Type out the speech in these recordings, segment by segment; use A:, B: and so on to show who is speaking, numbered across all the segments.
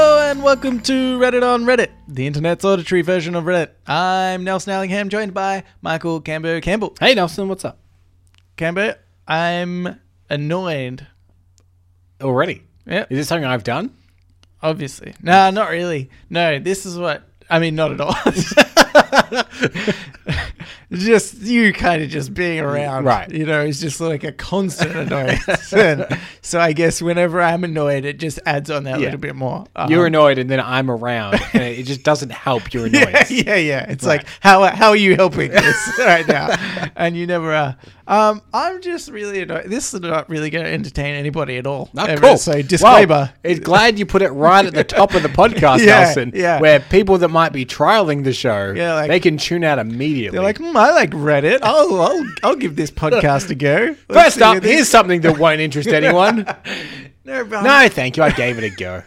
A: welcome to Reddit on Reddit, the internet's auditory version of Reddit. I'm Nelson Allingham, joined by Michael Camber Campbell.
B: Hey Nelson, what's up?
A: Camber, I'm annoyed.
B: Already?
A: Yeah,
B: Is this something I've done?
A: obviously. No, not really. No, this is what I mean. Not at all. just you, kind of just being around,
B: Right.
A: You know, it's just like a constant annoyance. And so I guess whenever I'm annoyed, it just adds on that
B: Yeah.
A: little bit more.
B: You're
A: Um,
B: annoyed, and then I'm around, and it just doesn't help your
A: yeah,
B: annoyance.
A: yeah, yeah. It's like how how are you helping this right now? And you never are. Um, I'm just really annoyed. This is not really going to entertain anybody at all.
B: Ah,
A: ever.
B: cool.
A: So disclaimer.
B: Wow. It's glad you put it right at the top of the podcast,
A: Yeah,
B: Nelson.
A: yeah.
B: Where people that might be trialing the show,
A: Yeah, like-
B: they can tune out immediately.
A: They're like, hmm, I like Reddit. I'll, I'll, I'll give this podcast a go. Let's
B: first
A: see
B: up,
A: what this-
B: here's something that won't interest anyone.
A: no, but,
B: no, thank you. I gave it a go.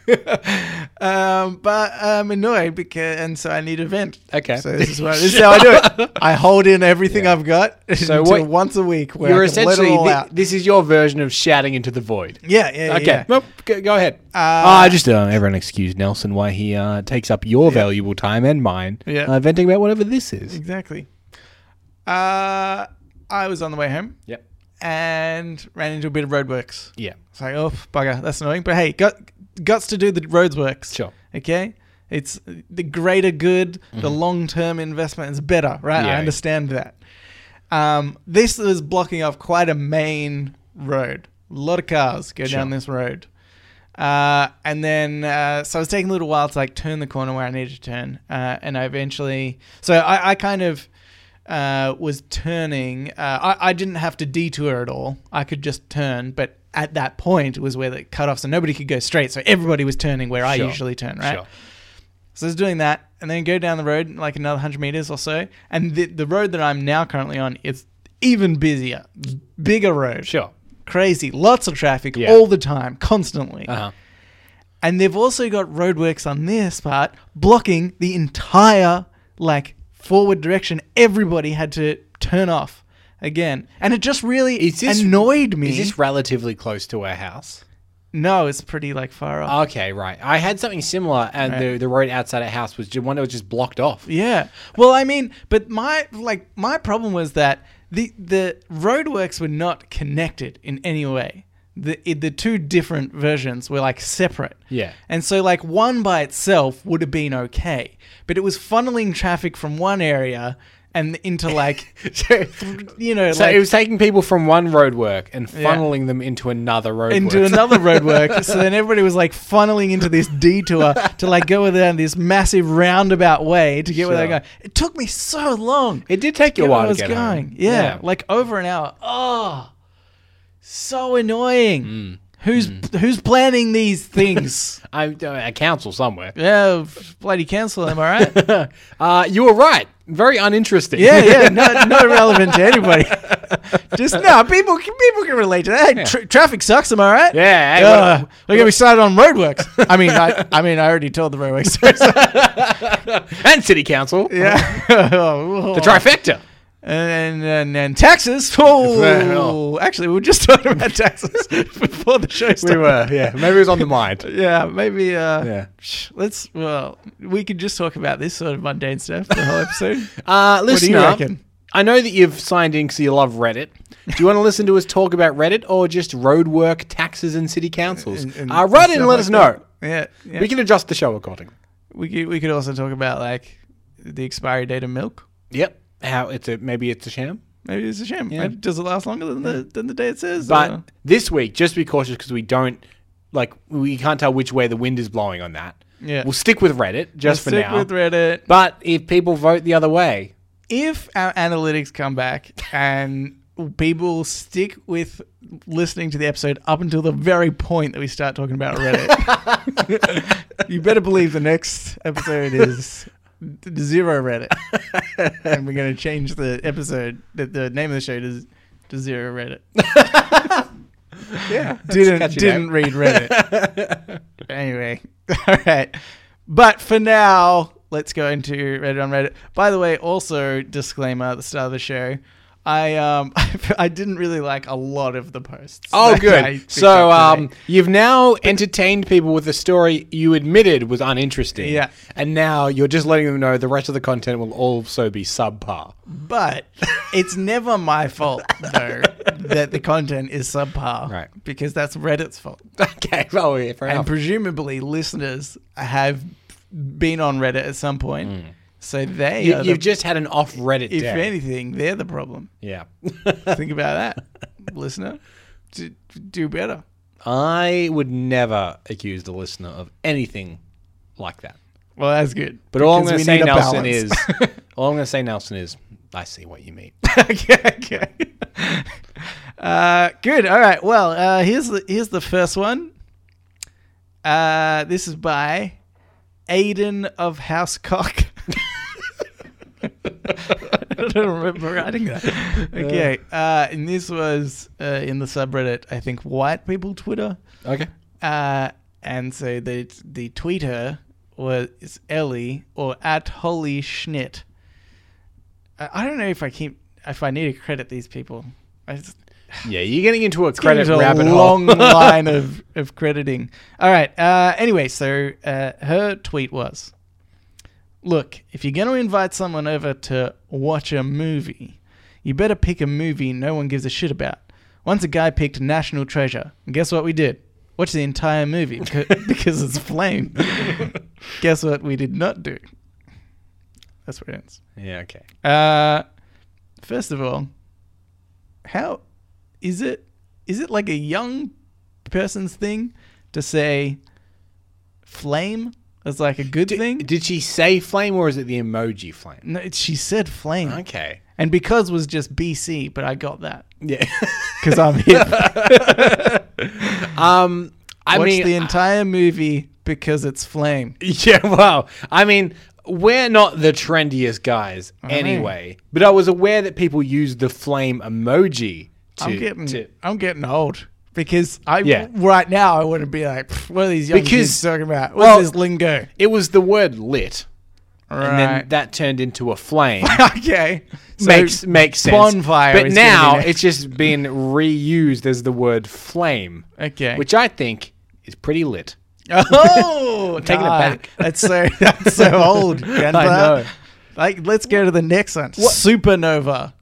A: Um, but I'm annoyed because, and so I need a vent.
B: Okay.
A: So this is, what, this is how I do it. I hold in everything I've got so until
B: what-
A: once a week where
B: You're
A: I can let it
B: essentially
A: all
B: thi-
A: out.
B: this is your version of shouting into the void.
A: Yeah, yeah,
B: Okay,
A: yeah.
B: well, go, go ahead.
A: Uh,
B: Ah, just uh, everyone excuse Nelson why he uh, takes up your valuable time and mine
A: Yeah.
B: uh, venting about whatever this is.
A: Exactly. Uh, I was on the way home
B: Yep.
A: and ran into a bit of roadworks.
B: Yeah.
A: It's like, oh, bugger, that's annoying. But hey, got, guts to do the roadworks.
B: Sure.
A: Okay? It's the greater good, the long term investment is better, right? I
B: Mm-hmm. Yeah.
A: understand that. Um, this is blocking off quite a main road. A lot of cars go down this road. Uh, and then, uh, so I was taking a little while to like turn the corner where I needed to turn. Uh, and I eventually, so I, I kind of uh, was turning. Uh, I, I didn't have to detour at all. I could just turn. But at that point was where the cut off, so nobody could go straight. So everybody was turning where I
B: Sure.
A: usually turn, right?
B: Sure.
A: So I was doing that, and then go down the road like another hundred meters or so, and the the road that I'm now currently on is even busier, bigger road,
B: Sure.
A: crazy, lots of traffic
B: Yeah.
A: all the time, constantly,
B: Uh huh.
A: and they've also got roadworks on this part blocking the entire like forward direction. Everybody had to turn off again, and it just really
B: Is this-
A: annoyed me.
B: Is this relatively close to our house?
A: no, it's pretty like far off.
B: Okay, right. I had something similar, and the, the road outside our house was just one that was just blocked off.
A: Yeah. Well, I mean, but my like my problem was that the the roadworks were not connected in any way. The it, the two different versions were like separate.
B: Yeah.
A: And so like one by itself would have been okay, but it was funneling traffic from one area and into like
B: so
A: you know
B: so
A: like
B: it was taking people from one roadwork and funneling them into another roadwork.
A: into another roadwork. so then everybody was like funneling into this detour to like go down this massive roundabout way to get where they're
B: Sure.
A: going. It took me so long.
B: it did take you a
A: get where
B: while
A: I
B: to
A: was
B: get
A: going.
B: home.
A: Yeah, like over an hour. Oh, so annoying.
B: Mm.
A: Who's who's planning these things?
B: I'm uh, a council somewhere.
A: yeah, bloody council. Am I right?
B: uh, you were right. Very uninteresting.
A: Yeah, yeah, no, not relevant to anybody. Just no, people can people can relate to that. Hey, tra- traffic sucks. Am I right?
B: Yeah, hey,
A: Uh,
B: what-
A: don't get me started on roadworks. I mean, I, I mean, I already told the roadworks.
B: and city council.
A: yeah,
B: The trifecta.
A: Oh. and and, and taxes. Oh, actually, we were just talking about taxes before the show started.
B: yeah. Maybe it was on the mind.
A: Yeah, maybe. Uh,
B: Yeah.
A: sh- Let's. Well, we could just talk about this sort of mundane stuff the whole episode.
B: Uh,
A: do
B: listen
A: you
B: up.
A: reckon?
B: I know that you've signed in because you love Reddit. Do you want to listen to us talk about Reddit or just roadwork, taxes, and city councils?
A: And- and
B: uh, write
A: stuff
B: in and let
A: like
B: us
A: that.
B: know.
A: Yeah, yeah.
B: We can adjust the show accordingly.
A: we could we could also talk about like the expiry date of milk.
B: Yep. How it's a maybe it's a sham.
A: Maybe it's a shame. Maybe- Does it last longer than the than the day it says?
B: But
A: or-
B: this week, just be cautious because we don't like we can't tell which way the wind is blowing on that.
A: Yeah.
B: We'll stick with Reddit just for
A: stick
B: now.
A: with Reddit.
B: but if people vote the other way,
A: If our analytics come back and people stick with listening to the episode up until the very point that we start talking about Reddit, you better believe the next episode is d- zero Reddit, and we're going to change the episode the, the name of the show to, to zero Reddit.
B: yeah,
A: didn't
B: catchy
A: didn't
B: name.
A: read Reddit. anyway, all right. But for now, let's go into Reddit on Reddit. By the way, also disclaimer at the start of the show. I um I didn't really like a lot of the posts.
B: Oh,
A: that I
B: good.
A: picked
B: So
A: up today.
B: um, you've now entertained people with a story you admitted was uninteresting.
A: Yeah.
B: And now you're just letting them know the rest of the content will also be subpar.
A: But it's never my fault though that the content is subpar,
B: Right. Oh.
A: Because that's Reddit's fault,
B: Okay. Well, yeah, fair
A: and
B: enough.
A: presumably listeners have been on Reddit at some point, so they
B: Mm. You,
A: are
B: have
A: the-
B: just had an off Reddit
A: if
B: day.
A: anything they're the problem.
B: yeah.
A: Think about that, listener. Do, do better.
B: I would never accuse the listener of anything like that.
A: Well, that's good.
B: But all I'm
A: because
B: going
A: we need
B: to say,
A: a
B: Nelson,
A: balance.
B: is all I'm going to say, Nelson, is I see what you mean.
A: okay, okay. Uh, good. All right. Well, uh, here's the here's the first one. Uh, this is by Aiden of Housecock. I don't remember writing that. Okay. Uh, and this was uh, in the subreddit. I think white people Twitter.
B: Okay.
A: Uh, and so the the tweeter was Ellie or at Holly Schnitt. I, I don't know if I keep if I need to credit these people. I just
B: Yeah, you're getting into a credit
A: there's
B: rabbit
A: a
B: hole.
A: long line of, of crediting. All right. Uh, anyway, so uh, her tweet was Look, if you're going to invite someone over to watch a movie, you better pick a movie no one gives a shit about. Once a guy picked National Treasure, and guess what we did? Watch the entire movie becau- because it's flame. guess what we did not do? That's where it ends.
B: Yeah. Okay.
A: Uh, first of all, how is it? Is it like a young person's thing to say flame as like a good thing?
B: Did she say flame or is it the emoji flame?
A: no, she said flame,
B: Okay.
A: and because was just BC, but I got that
B: Yeah.
A: because I'm here.
B: um. I
A: Watch
B: mean,
A: the entire movie because it's flame.
B: yeah. Wow. I mean, we're not the trendiest guys
A: know.
B: anyway. But I was aware that people use the flame emoji to.
A: I'm getting,
B: to-
A: I'm getting old. Because I
B: Yeah.
A: right now I wouldn't be like "Pff, what are these young
B: Because-
A: kids talking about? What's
B: well-
A: this lingo?
B: it was the word lit, and then
A: Right?
B: that turned into a flame.
A: okay, So-
B: makes makes sense.
A: bonfire
B: But
A: is gonna be
B: now
A: next.
B: it's just been reused as the word flame,
A: Okay.
B: which I think is pretty lit.
A: Oh,
B: Taking it
A: nah,
B: back.
A: That's so that's so old. Denver.
B: know.
A: Like, let's go to the next one. Supernova.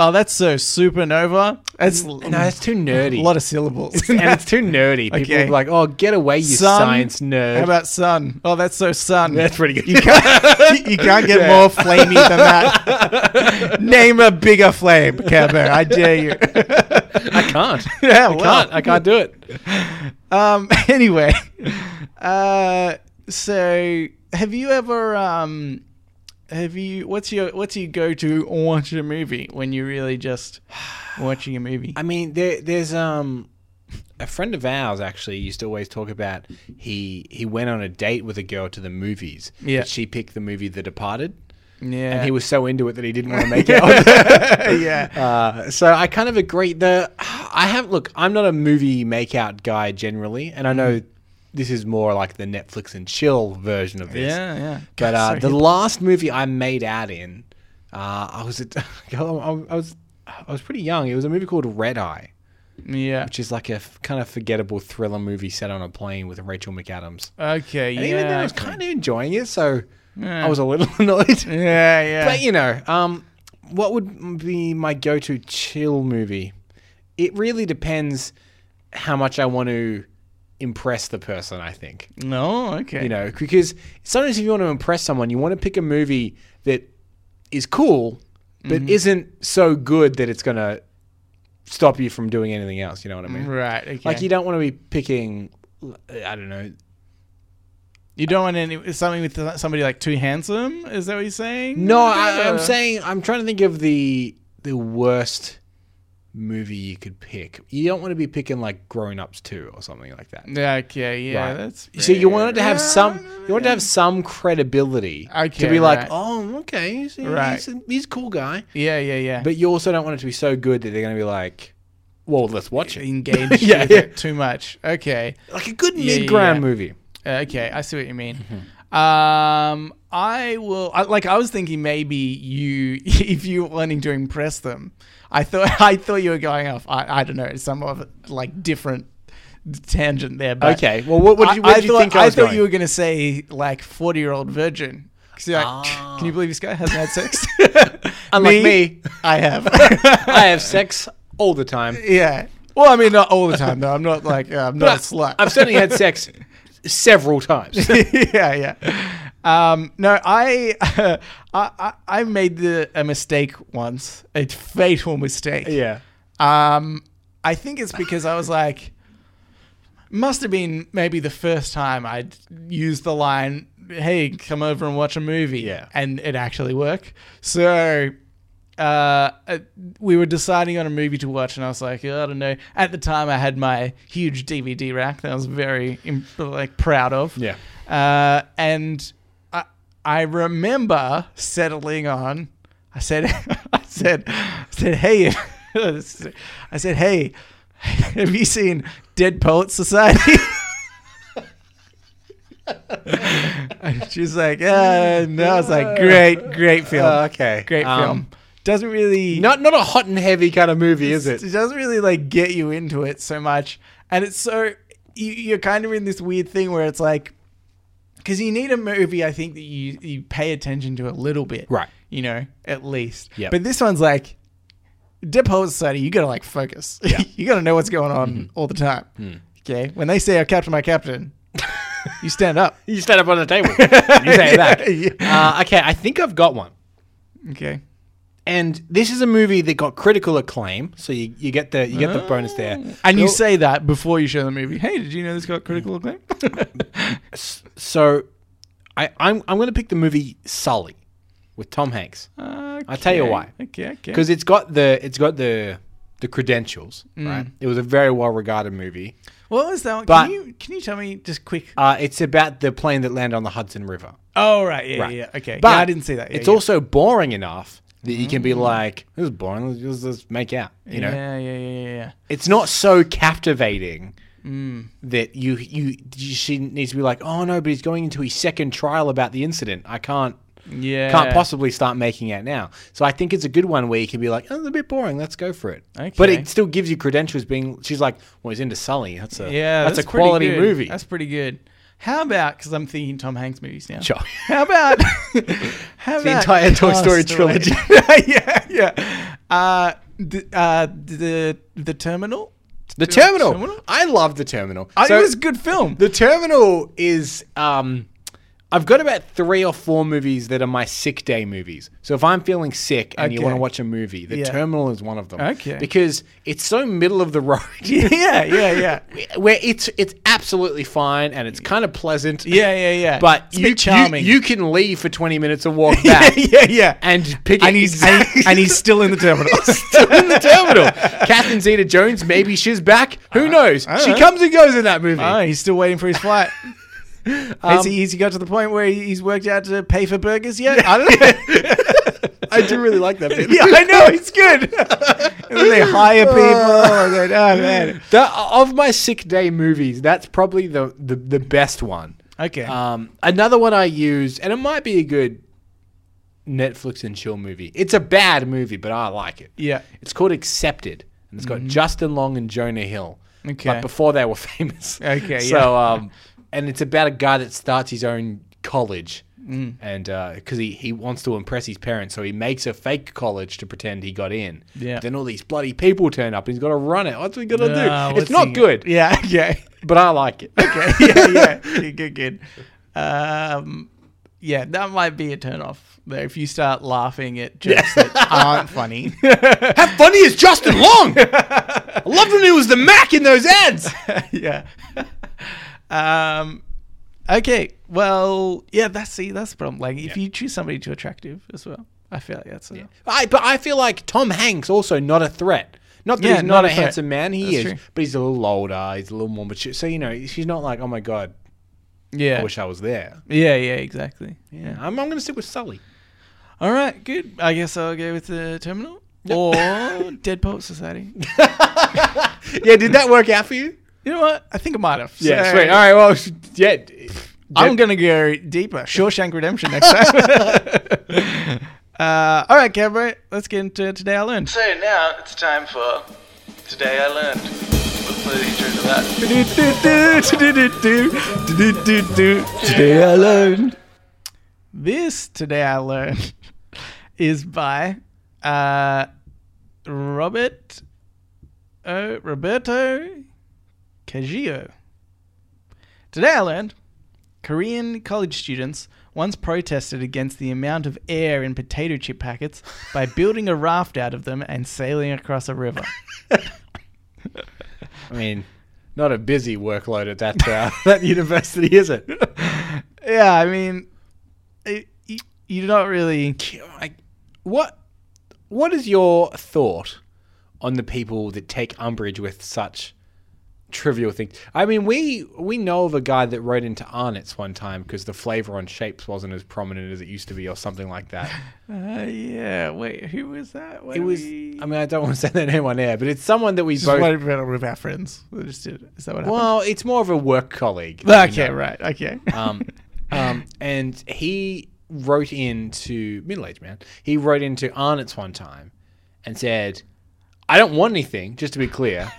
A: Oh, that's so supernova. That's
B: No, that's too nerdy.
A: a lot of syllables.
B: and it's too nerdy. People
A: Okay.
B: are like, "Oh, get away, you
A: Sun.
B: science nerd."
A: How about sun? Oh, that's so sun.
B: that's pretty good.
A: you can't, you can't get
B: Yeah.
A: more flamey than that. Name a bigger flame, Kerber. I dare you.
B: I can't.
A: yeah,
B: I
A: well.
B: can't. I can't do it.
A: Um. Anyway, uh, so have you ever um, have you what's your what's your go to watch a movie when you're really just watching a movie?
B: I mean, there, there's um a friend of ours actually used to always talk about he he went on a date with a girl to the movies.
A: Yeah.
B: but she picked the movie The Departed,
A: Yeah.
B: and he was so into it that he didn't want to make it. on
A: yeah.
B: Uh, so I kind of agree. The I have look. I'm not a movie makeout guy generally, and I know
A: Mm-hmm.
B: this is more like the Netflix and chill version of this.
A: Yeah. Yeah.
B: But
A: God,
B: uh,
A: so
B: the
A: hip.
B: last movie I made out in, uh, I was at, I was I was pretty young. It was a movie called Red Eye,
A: yeah.
B: which is like a f- kind of forgettable thriller movie set on a plane with Rachel McAdams.
A: Okay.
B: And
A: yeah.
B: even then, I was
A: okay.
B: kind of enjoying it, so
A: Yeah.
B: I was a little annoyed.
A: yeah. Yeah.
B: But you know, um, what would be my go-to chill movie? It really depends how much I want to impress the person. I think
A: no. Okay.
B: you know because sometimes if you want to impress someone, you want to pick a movie that is cool but
A: Mm-hmm.
B: isn't so good that it's gonna stop you from doing anything else. You know what I mean?
A: Right. Okay.
B: Like you
A: you,
B: don't want to be picking. I don't know.
A: don't want any something with somebody like too handsome. Is that what you're saying?
B: No, I, I'm
A: Or-
B: saying I'm trying to think of the the worst movie you could pick. You don't want to be picking like Grown Ups Two or something like that.
A: Okay. Yeah.
B: Right.
A: That's.
B: So you want it to
A: fair.
B: have some you want it to have some credibility
A: Okay,
B: to be like,
A: right.
B: oh, okay, he's, he's
A: Right.
B: a, he's a cool guy.
A: Yeah. Yeah. Yeah.
B: But you also don't want it to be so good that they're going to be like, well, let's watch it.
A: engaged
B: Yeah,
A: with
B: yeah.
A: it too much. Okay.
B: Like a good
A: Yeah, yeah,
B: mid ground
A: yeah.
B: movie.
A: Uh, okay, I see what you mean.
B: Mm-hmm.
A: Um, I will. I, like I was thinking, maybe you, if you were wanting to impress them, I thought I thought you were going off. I, I don't know, some of like different tangent there. But
B: Okay, well, what- what did you- where
A: I,
B: did you
A: thought,
B: think I was
A: thought
B: going?
A: you were going to say like forty year old virgin. 'Cause you're like, can you believe this guy hasn't had sex?
B: Ah. Unlike me.
A: I have.
B: I have sex all the time.
A: yeah. Well, I mean,
B: uh, oh,
A: not all the time though. I'm not like uh, I'm not a slut.
B: I've certainly had sex several times.
A: yeah, yeah. Um, no, I, I, I, I made the a mistake once, a fatal mistake.
B: yeah.
A: Um, I think it's because I was like, must have been maybe the first time I'd used the line, "Hey, come over and watch a movie,"
B: Yeah.
A: and it actually worked. So. Uh, uh, we were deciding on a movie to watch, and I was like, I don't know. At the time, I had my huge DVD rack that I was very im- like proud of.
B: Yeah.
A: Uh, and I, I remember settling on. I said, I said, I said, hey, I said, hey, have you seen Dead Poets Society? And She's like, uh, no. I was like, great, great film,
B: Oh, okay.
A: great
B: Um,
A: film. Doesn't really
B: Not not a hot and heavy kind of movie, is it?
A: it doesn't really like get you into it so much, and it's so you, you're kind of in this weird thing where it's like because you need a movie I think that you you pay attention to a little bit,
B: Right.
A: You know, at least.
B: Yep.
A: But this one's like Dead Poets Society. You got to like focus. you got to know what's going on all the time. Okay, when they say "I captain, my captain," you stand up.
B: You stand up on the table. You say that.
A: Yeah,
B: Uh, okay, I think I've got one.
A: Okay.
B: And this is a movie that got critical acclaim, so you, you get the you get the bonus there.
A: And you
B: Bill-
A: say that before you show the movie. Hey, did you know this got critical acclaim?
B: so I, I'm I'm gonna pick the movie Sully with Tom Hanks.
A: I'll
B: tell you why.
A: Okay, okay.
B: Because it's got the it's got the the credentials, right? It was a very well regarded movie.
A: What was that one?
B: But-
A: can you can you tell me just quick?
B: Uh, it's about the plane that landed on the Hudson River.
A: Oh right, yeah,
B: Right.
A: yeah, yeah. Okay,
B: But
A: yeah, I didn't see that. Yeah,
B: it's
A: yeah.
B: also boring enough that you can be like, "This is boring. Let's, let's, let's make out." You know,
A: Yeah, yeah, yeah, yeah, yeah.
B: it's not so captivating
A: Mm.
B: that you you you she needs to be like, "Oh no, but he's going into his second trial about the incident. I can't."
A: Yeah.
B: Can't possibly start making out now. So I think it's a good one where you can be like, oh, it's a bit boring. Let's go for it. But
A: Okay.
B: it still gives you credentials. Being she's like, well, he's into Sully. That's a
A: Yeah,
B: that's, a
A: pretty
B: quality
A: good.
B: movie.
A: That's pretty good. How about because I'm thinking Tom Hanks movies now.
B: Sure.
A: How about how
B: The
A: about
B: entire Toy Story
A: Castaway?
B: trilogy.
A: yeah, yeah. Uh, the, uh, the the Terminal.
B: the Terminal.
A: Terminal?
B: I love the Terminal.
A: I
B: So-
A: it was a good film.
B: The Terminal is. Um, I've got about three or four movies that are my sick day movies. So if I'm feeling sick and you
A: Okay.
B: want to watch a movie, The
A: Yeah.
B: Terminal is one of them.
A: Okay.
B: Because it's so middle of the road.
A: yeah, yeah, yeah,
B: Where it's it's absolutely fine and it's kind of pleasant.
A: yeah, yeah, yeah.
B: But
A: It's a
B: you,
A: bit charming.
B: You, you can leave for twenty minutes and walk
A: yeah,
B: back
A: yeah, yeah.
B: and pick
A: and he's and,
B: exactly
A: and he's still in the terminal.
B: in the terminal. Catherine Zeta Jones, maybe she's back. Who knows?
A: I don't
B: she
A: know.
B: comes and goes in that movie.
A: oh, he's still waiting for his flight.
B: Um,
A: has, he, has he got to the point where he's worked out to pay for burgers yet? I don't know.
B: I do really like that movie.
A: yeah, I know it's good. and then they hire people. and then, oh man.
B: The, of my sick day movies, that's probably the the, the best one.
A: Okay.
B: Um, another one I used, and it might be a good Netflix and chill movie. It's a bad movie, but I like it.
A: yeah. Mm-hmm.
B: It's called Accepted, and it's got Justin Long and Jonah Hill.
A: Okay.
B: But before they were famous.
A: Okay,
B: So, um, and it's about a guy that starts his own college.
A: Mm.
B: And because he, he wants to impress his parents, so he makes a fake college to pretend he got in.
A: Yeah.
B: Then all these bloody people turn up. and He's got to run it. What's he gonna
A: Ah,
B: do? It's
A: what's
B: not
A: he-
B: good,
A: Yeah. Okay.
B: but I like it.
A: Okay. Yeah. Yeah. good. Good. Good. Um, yeah, that might be a turnoff though. If you start laughing at jokes that aren't funny.
B: How funny is Justin Long? I loved when he was the Mac in those ads.
A: yeah. um, okay. Well, yeah. That's see. That's the problem. Like, if you choose somebody too attractive as well, I feel like that's a,
B: I, but I feel like Tom Hanks also not a threat. Not that
A: Yeah,
B: he's not,
A: not
B: a
A: a threat.
B: handsome man, he
A: That's
B: is,
A: true.
B: but he's a little older, he's a little more mature. So you know, she's not like, oh my god,
A: yeah.
B: I wish I was there.
A: yeah. Yeah. Exactly.
B: Yeah, I'm, I'm gonna stick with Sully.
A: All right. Good. I guess I'll go with the terminal or Dead Poet Society.
B: yeah, did that work out for you?
A: You know what? I think I might have.
B: Yeah,
A: So-
B: sweet. All right, well, yeah,
A: I'm going to go deeper. Shawshank Redemption next time. uh, all right, Cowboy, let's get into Today I Learned. So now it's time for Today I Learned. What's the intro to that?
B: Today I learned.
A: This Today I Learned is by uh, Robert oh, Roberto Cagio. Today I learned Korean college students once protested against the amount of air in potato chip packets by building a raft out of them and sailing across a river.
B: I mean, not a busy workload at that uh, that university, is it?
A: yeah, I mean, it, you, you're not really.
B: Like, what what is your thought on the people that take umbrage with such trivial things? I mean, we we know of a guy that wrote into Arnott's one time because the flavor on shapes wasn't as prominent as it used to be, or something like that.
A: Uh, yeah, wait, who was that? What
B: It
A: are
B: was.
A: we-
B: I mean, I don't want to say that name on air, but it's someone that we
A: Just
B: both.
A: one of one of our friends. We just did. Is that what happened?
B: well, it's more of a work colleague. that we
A: okay,
B: know.
A: right. Okay.
B: um, um, and he wrote in to middle-aged man. He wrote into Arnott's one time and said, "I don't want anything, just to be clear,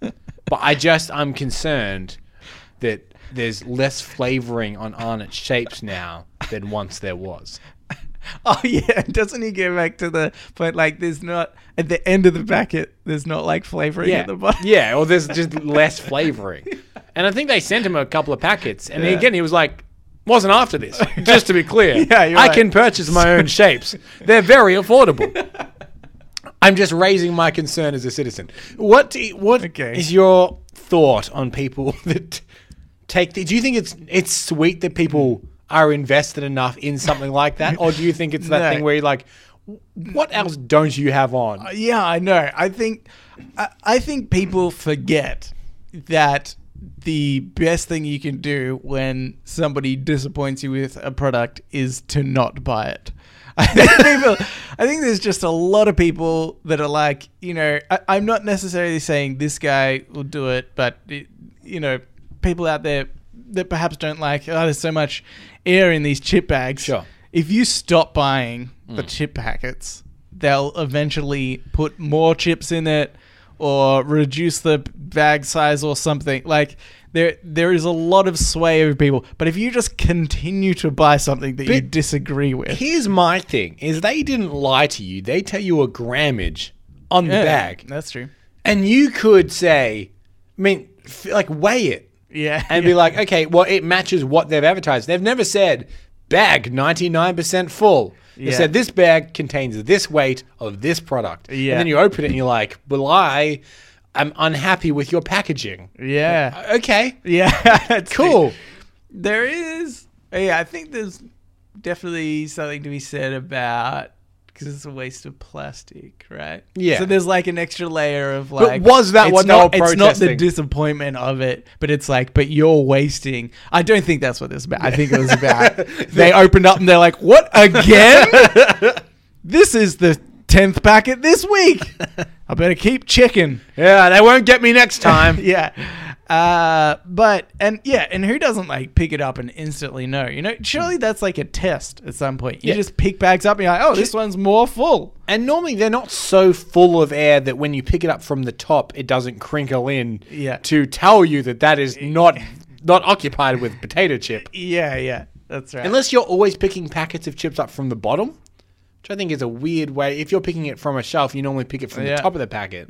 B: but I just I'm concerned that there's less flavoring on Arnott's shapes now than once there was."
A: oh yeah. Doesn't he go back to the point? Like, there's not at the end of the packet. There's not like flavoring
B: Yeah,
A: at the bottom.
B: yeah, or there's just less flavoring. And I think they sent him a couple of packets, and
A: Yeah.
B: again he was like. Wasn't after this, just to be clear.
A: Yeah, you're
B: I
A: right.
B: can purchase my own shapes. They're very affordable. I'm just raising my concern as a citizen. What do you- what is
A: Okay.
B: your thought on people that take? The, do you think it's it's sweet that people are invested enough in something like that, or do you think it's that
A: No.
B: thing where you're like, what else don't you have on?
A: Uh, Yeah, I know. I think I, I think people forget that the best thing you can do when somebody disappoints you with a product is to not buy it. I think people, I think there's just a lot of people that are like, you know, I, I'm not necessarily saying this guy will do it, but it, you know, people out there that perhaps don't like, oh, there's so much air in these chip bags.
B: Sure.
A: If you stop buying the
B: Mm.
A: chip packets, they'll eventually put more chips in it or reduce the bag size or something. Like there there is a lot of sway over people. But if you just continue to buy something that you
B: But-
A: disagree with.
B: Here's my thing: is they didn't lie to you. They tell you a grammage on the
A: Yeah,
B: bag,
A: That's true.
B: and you could say, I mean, f- like weigh it
A: Yeah.
B: and be like, okay, well, it matches what they've advertised. They've never said bag 99% full. They
A: Yeah.
B: said this bag contains this weight of this product.
A: Yeah.
B: And then you open it and you're like, well, I am unhappy with your packaging.
A: Yeah.
B: Okay,
A: Yeah. that's true.
B: cool.
A: There is. Yeah, I think there's definitely something to be said about because it's a waste of plastic, right?
B: Yeah.
A: So there's like an extra layer of like.
B: was that
A: it's
B: what they
A: not,
B: were
A: It's not the
B: protesting?
A: disappointment of it, but it's like, but you're wasting. I don't think that's what this is about. I think it was about they opened up and they're like, what again? this is the tenth packet this week. I better keep checking.
B: Yeah, they won't get me next time.
A: Yeah. Uh, but and yeah, and who doesn't like pick it up and instantly know? You know, surely that's like a test at some point. You
B: Yeah.
A: just pick bags up and you're like, oh, this one's more full.
B: And normally they're not so full of air that when you pick it up from the top, it doesn't crinkle in
A: Yeah.
B: to tell you that that is not not occupied with potato chip.
A: Yeah, yeah, that's right.
B: Unless you're always picking packets of chips up from the bottom, which I think is a weird way. If you're picking it from a shelf, you normally pick it from
A: Yeah.
B: the top of the packet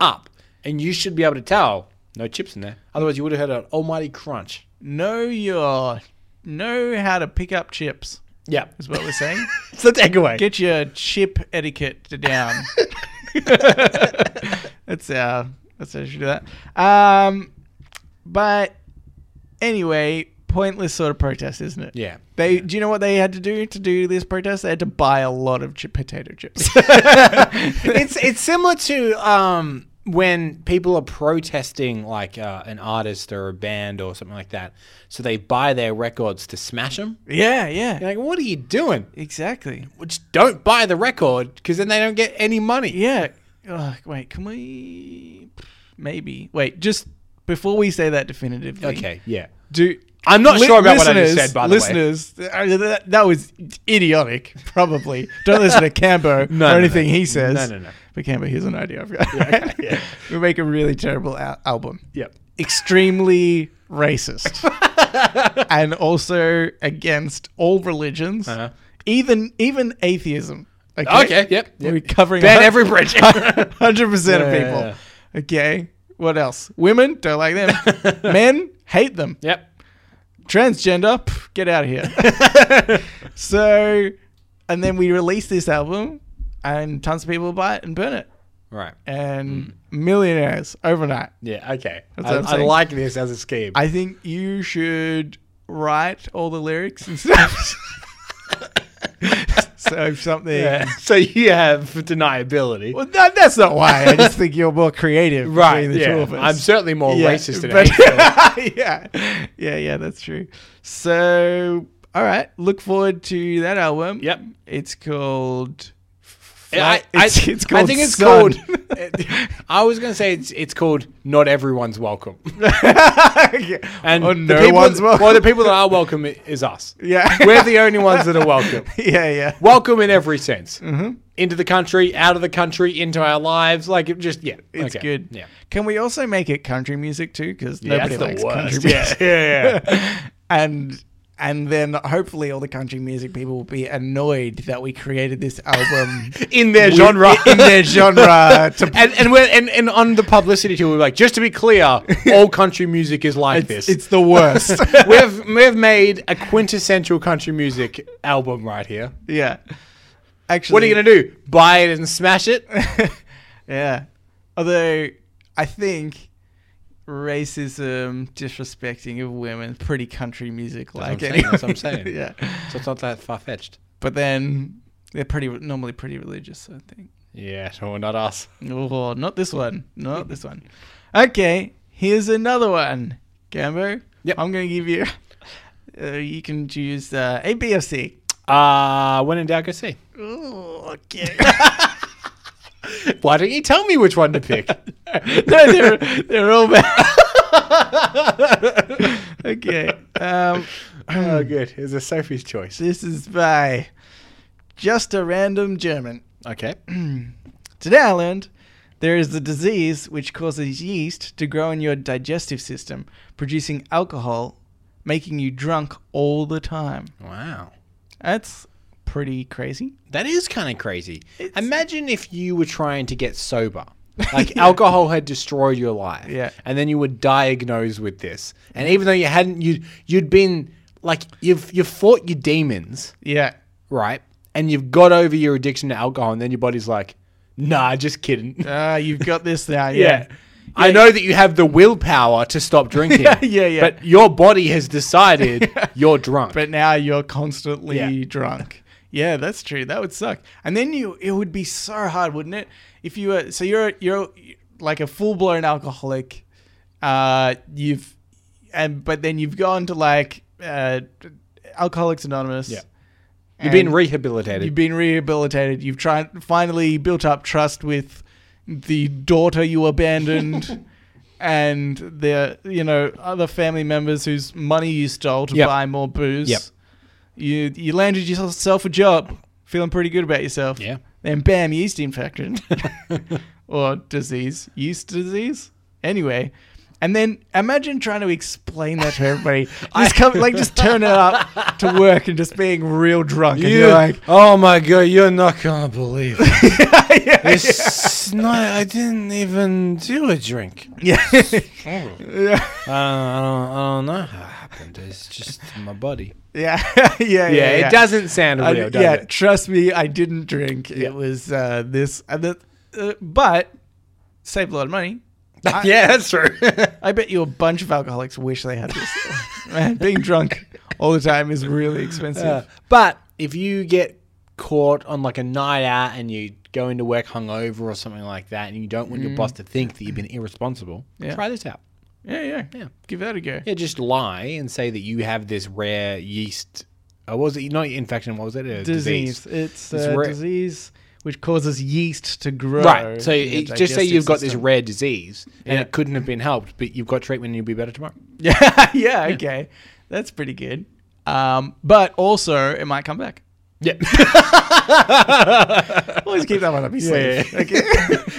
B: up, and you should be able to tell no chips in there. Otherwise, you would have heard an almighty crunch.
A: know your know how to pick up chips
B: Yeah,
A: is what we're saying.
B: it's the takeaway.
A: Get your chip etiquette to down. that's uh that's how you should do that. Um, but anyway, pointless sort of protest, isn't it?
B: yeah.
A: They do you know what they had to do to do this protest? They had to buy a lot of chip potato chips.
B: it's it's similar to um, when people are protesting like uh, an artist or a band or something like that. So they buy their records to smash them.
A: yeah, yeah,
B: You're like, what are you doing?
A: exactly.
B: Well, Just don't buy the record because then they don't get any money.
A: Yeah. Ugh, wait, can we? Maybe. Wait, just before we say that definitively.
B: Okay. Yeah.
A: Do
B: I'm not
A: Li-
B: sure about what I just
A: listeners-
B: said, by the way.
A: listeners, uh, that, that was idiotic, probably. Don't listen to Cambo
B: No,
A: or
B: no,
A: anything
B: no.
A: he says.
B: No, no, no.
A: But Cambo, here's an idea I've got.
B: okay, yeah.
A: we make a really terrible al- album.
B: Yep.
A: Extremely racist. and also against all religions,
B: Uh-huh.
A: even even atheism.
B: Okay, yep. yep.
A: We're covering a
B: Ban
A: hun-
B: every bridge.
A: hundred percent of
B: Yeah, yeah,
A: people. Okay, what else? Women don't like them. Men hate them.
B: yep.
A: Transgender, pff, get out of here. so, and then we release this album, and tons of people buy it and burn it,
B: Right.
A: and
B: Hmm.
A: millionaires overnight.
B: Yeah, okay.
A: what
B: I,
A: I'm
B: I
A: saying.
B: like this as a scheme.
A: I think you should write all the lyrics and stuff. so if something.
B: yeah. So you have deniability.
A: Well, that, that's not why. I just think you're more creative.
B: right.
A: between the two
B: Yeah.
A: of us.
B: I'm certainly more racist than
A: but-
B: Hank Hill.
A: yeah, yeah, yeah. That's true. So, all right, look forward to that album.
B: Yep.
A: it's called.
B: I,
A: Fly- it's, it's called.
B: I think it's
A: Sun.
B: called. I was going to say it's it's called "Not Everyone's Welcome,"
A: Yeah.
B: and
A: Or
B: the
A: no
B: people,
A: one's welcome.
B: Well, the people that are welcome i- is us.
A: yeah,
B: We're the only ones that are welcome.
A: yeah, yeah.
B: Welcome in every sense. Mm-hmm. Into the country, out of the country, into our lives. Like it just yeah,
A: It's
B: okay.
A: good.
B: Yeah,
A: Can we also make it country music too? Because
B: yeah
A: nobody likes
B: that's the
A: country
B: worst.
A: music.
B: Yeah, yeah, yeah.
A: and and then hopefully all the country music people will be annoyed that we created this album
B: in their
A: with-
B: genre.
A: in their genre to
B: and and, we're, and and on the publicity tour, we're like, just to be clear, all country music is like this.
A: It's the worst.
B: we've we've made a quintessential country music album right here.
A: yeah. Actually,
B: What are you gonna do? Buy it and smash it?
A: gonna? yeah. Although I think racism, disrespecting of women, pretty country music like.
B: I'm saying, that's what I'm
A: anyway.
B: saying.
A: yeah.
B: So it's not that far fetched.
A: But then they're pretty normally pretty religious. I think.
B: Yeah, so not us.
A: Oh, not this one. Not this one. Okay, here's another one, Gambo.
B: Yep.
A: I'm gonna give you. Uh, you can choose uh, A, B, or C.
B: Uh when in doubt, go see.
A: Ooh, okay.
B: Why don't you tell me which one to pick?
A: no, they're, they're all bad. okay. Um,
B: oh, good. It was a Sophie's choice.
A: this is by just a random German.
B: Okay.
A: Today, Ireland, there is a disease which causes yeast to grow in your digestive system, producing alcohol, making you drunk all the time.
B: Wow.
A: That's pretty crazy.
B: That is kind of crazy.
A: It's-
B: Imagine if you were trying to get sober. Like alcohol had destroyed your life.
A: Yeah.
B: And then you were diagnosed with this. And even though you hadn't you you'd been like you've you've fought your demons,
A: Yeah.
B: right? And you've got over your addiction to alcohol and then your body's like, "Nah, just kidding." Yeah.
A: Uh, you've got this now. Yeah.
B: I know that you have the willpower to stop drinking.
A: Yeah, yeah, yeah.
B: But your body has decided you're drunk.
A: But now you're constantly
B: Yeah.
A: drunk. Yeah, that's true. That would suck. And then you, it would be so hard, wouldn't it? If you were, so you're, you're like a full blown alcoholic. Uh, you've, and but then you've gone to like uh, Alcoholics Anonymous.
B: Yeah. you've been
A: and
B: rehabilitated.
A: You've been rehabilitated. You've tried finally built up trust with the daughter you abandoned and the you know other family members whose money you stole to
B: Yep.
A: buy more booze.
B: Yep.
A: You you landed yourself a job, feeling pretty good about yourself.
B: Yeah.
A: Then bam, yeast infection or disease, yeast disease. Anyway. And then imagine trying to explain that to everybody. Just come, like just turn it up to work and just being real drunk. and you're like,
B: oh my god, you're not gonna believe it. It's not, I didn't even do a drink. Uh,
A: Yeah. yeah.
B: I don't, I, don't, I don't know how it happened. It's just my body.
A: Yeah. yeah. Yeah.
B: Yeah, it doesn't sound
A: I-
B: real, does
A: yeah.
B: it?
A: Trust me, I didn't drink. It was uh, this. And the, uh, but saved a lot of money. I-
B: yeah, that's true.
A: I bet you a bunch of alcoholics wish they had this. Man, being drunk all the time is really expensive.
B: Uh, but if you get caught on like a night out and you go into work hungover or something like that, and you don't want your boss to think that you've been irresponsible,
A: Yeah.
B: try this out.
A: yeah, yeah.
B: Yeah.
A: Give that a go.
B: Yeah, just lie and say that you have this rare yeast. Oh, what was it not infection? What was it? A
A: Disease. It's
B: It's
A: a
B: rare.
A: disease which causes yeast to grow.
B: Right. So
A: in your
B: it, just say
A: digestive
B: you've got this
A: system.
B: rare disease and
A: Yeah.
B: it couldn't have been helped, but you've got treatment and you'll be better tomorrow.
A: Yeah, yeah, okay. That's pretty good. Um, but also, it might come back.
B: Yeah.
A: Always keep that one up your
B: Yeah.
A: sleeve. Okay.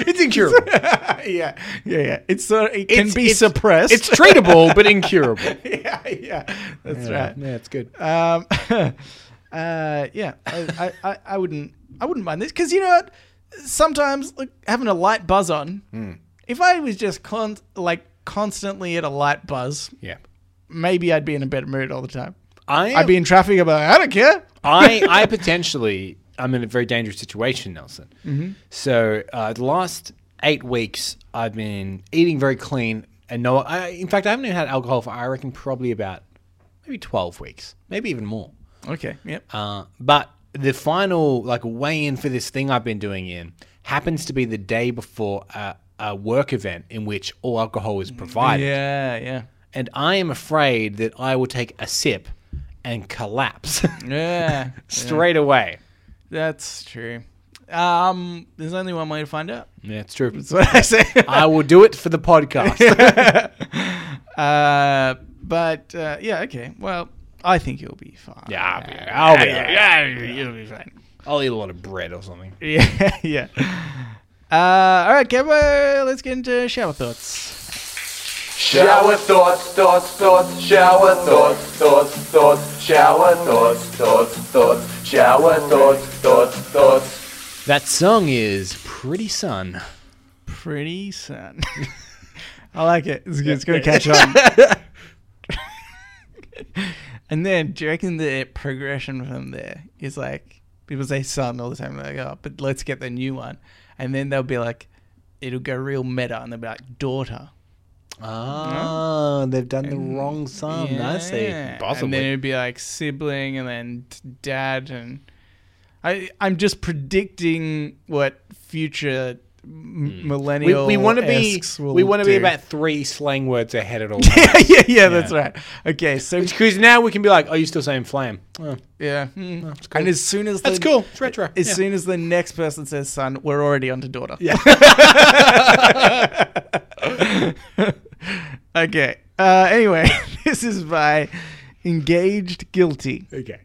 B: it's incurable.
A: yeah, yeah, yeah. It's sort of, it can
B: It's-
A: be
B: it's-
A: suppressed.
B: It's treatable, but incurable.
A: yeah, yeah. That's right.
B: Yeah, it's good.
A: Um, uh, yeah, I, I, I, I wouldn't, I wouldn't mind this because you know what? Sometimes like, having a light buzz on.
B: Hmm.
A: If I was just con- like constantly at a light buzz,
B: Yeah.
A: maybe I'd be in a better mood all the time.
B: I
A: I'd be in traffic. I'm like, I don't care.
B: I, I potentially I'm in a very dangerous situation, Nelson. So uh, the last eight weeks, I've been eating very clean, and no, I, in fact, I haven't even had alcohol for I reckon probably about maybe twelve weeks, maybe even more.
A: Okay. Yep.
B: Uh, but the final like weigh in for this thing I've been doing in happens to be the day before a, a work event in which all alcohol is provided,
A: Yeah. Yeah.
B: and I am afraid that I will take a sip and collapse
A: Yeah.
B: straight away.
A: That's true. Um, there's only one way to find out.
B: Yeah, it's true.
A: That's what I say.
B: I will do it for the podcast.
A: uh, but uh, yeah. Okay. Well, I think you'll be fine.
B: yeah, I'll be, I'll be,
A: you'll be fine.
B: I'll eat a lot of bread or something.
A: Yeah, yeah. Uh, all right, Kev, uh, let's get into shower thoughts.
C: Shower thoughts, thoughts, thoughts, shower thoughts, thoughts, thoughts, shower thoughts, thoughts, thoughts, shower thoughts, thoughts, thoughts.
B: That song is Pretty Sun.
A: Pretty soon. I like it. It's, good. it's going to catch on. and then, do you reckon the progression from there is like people say sun all the time, like, oh, but let's get the new one. And then they'll be like, it'll go real meta, and they'll be like, daughter.
B: Ah, they've done the wrong
A: Oh,
B: song. I see.
A: And then it'd be like sibling and then t- dad and I I'm just predicting what future m-
B: We,
A: millennial
B: we want to be
A: esques will
B: we want to be
A: do.
B: about three slang words ahead at all.
A: yeah, yeah, yeah, that's right. Okay, so
B: Because now we can be like, oh, you're still saying flame. Oh,
A: yeah, mm. and as soon as
B: that's
A: the,
B: cool. It's retro.
A: As
B: Yeah.
A: soon as the next person says son, we're already onto daughter. Yeah. okay. Uh, anyway, this is by Engaged Guilty.
B: okay.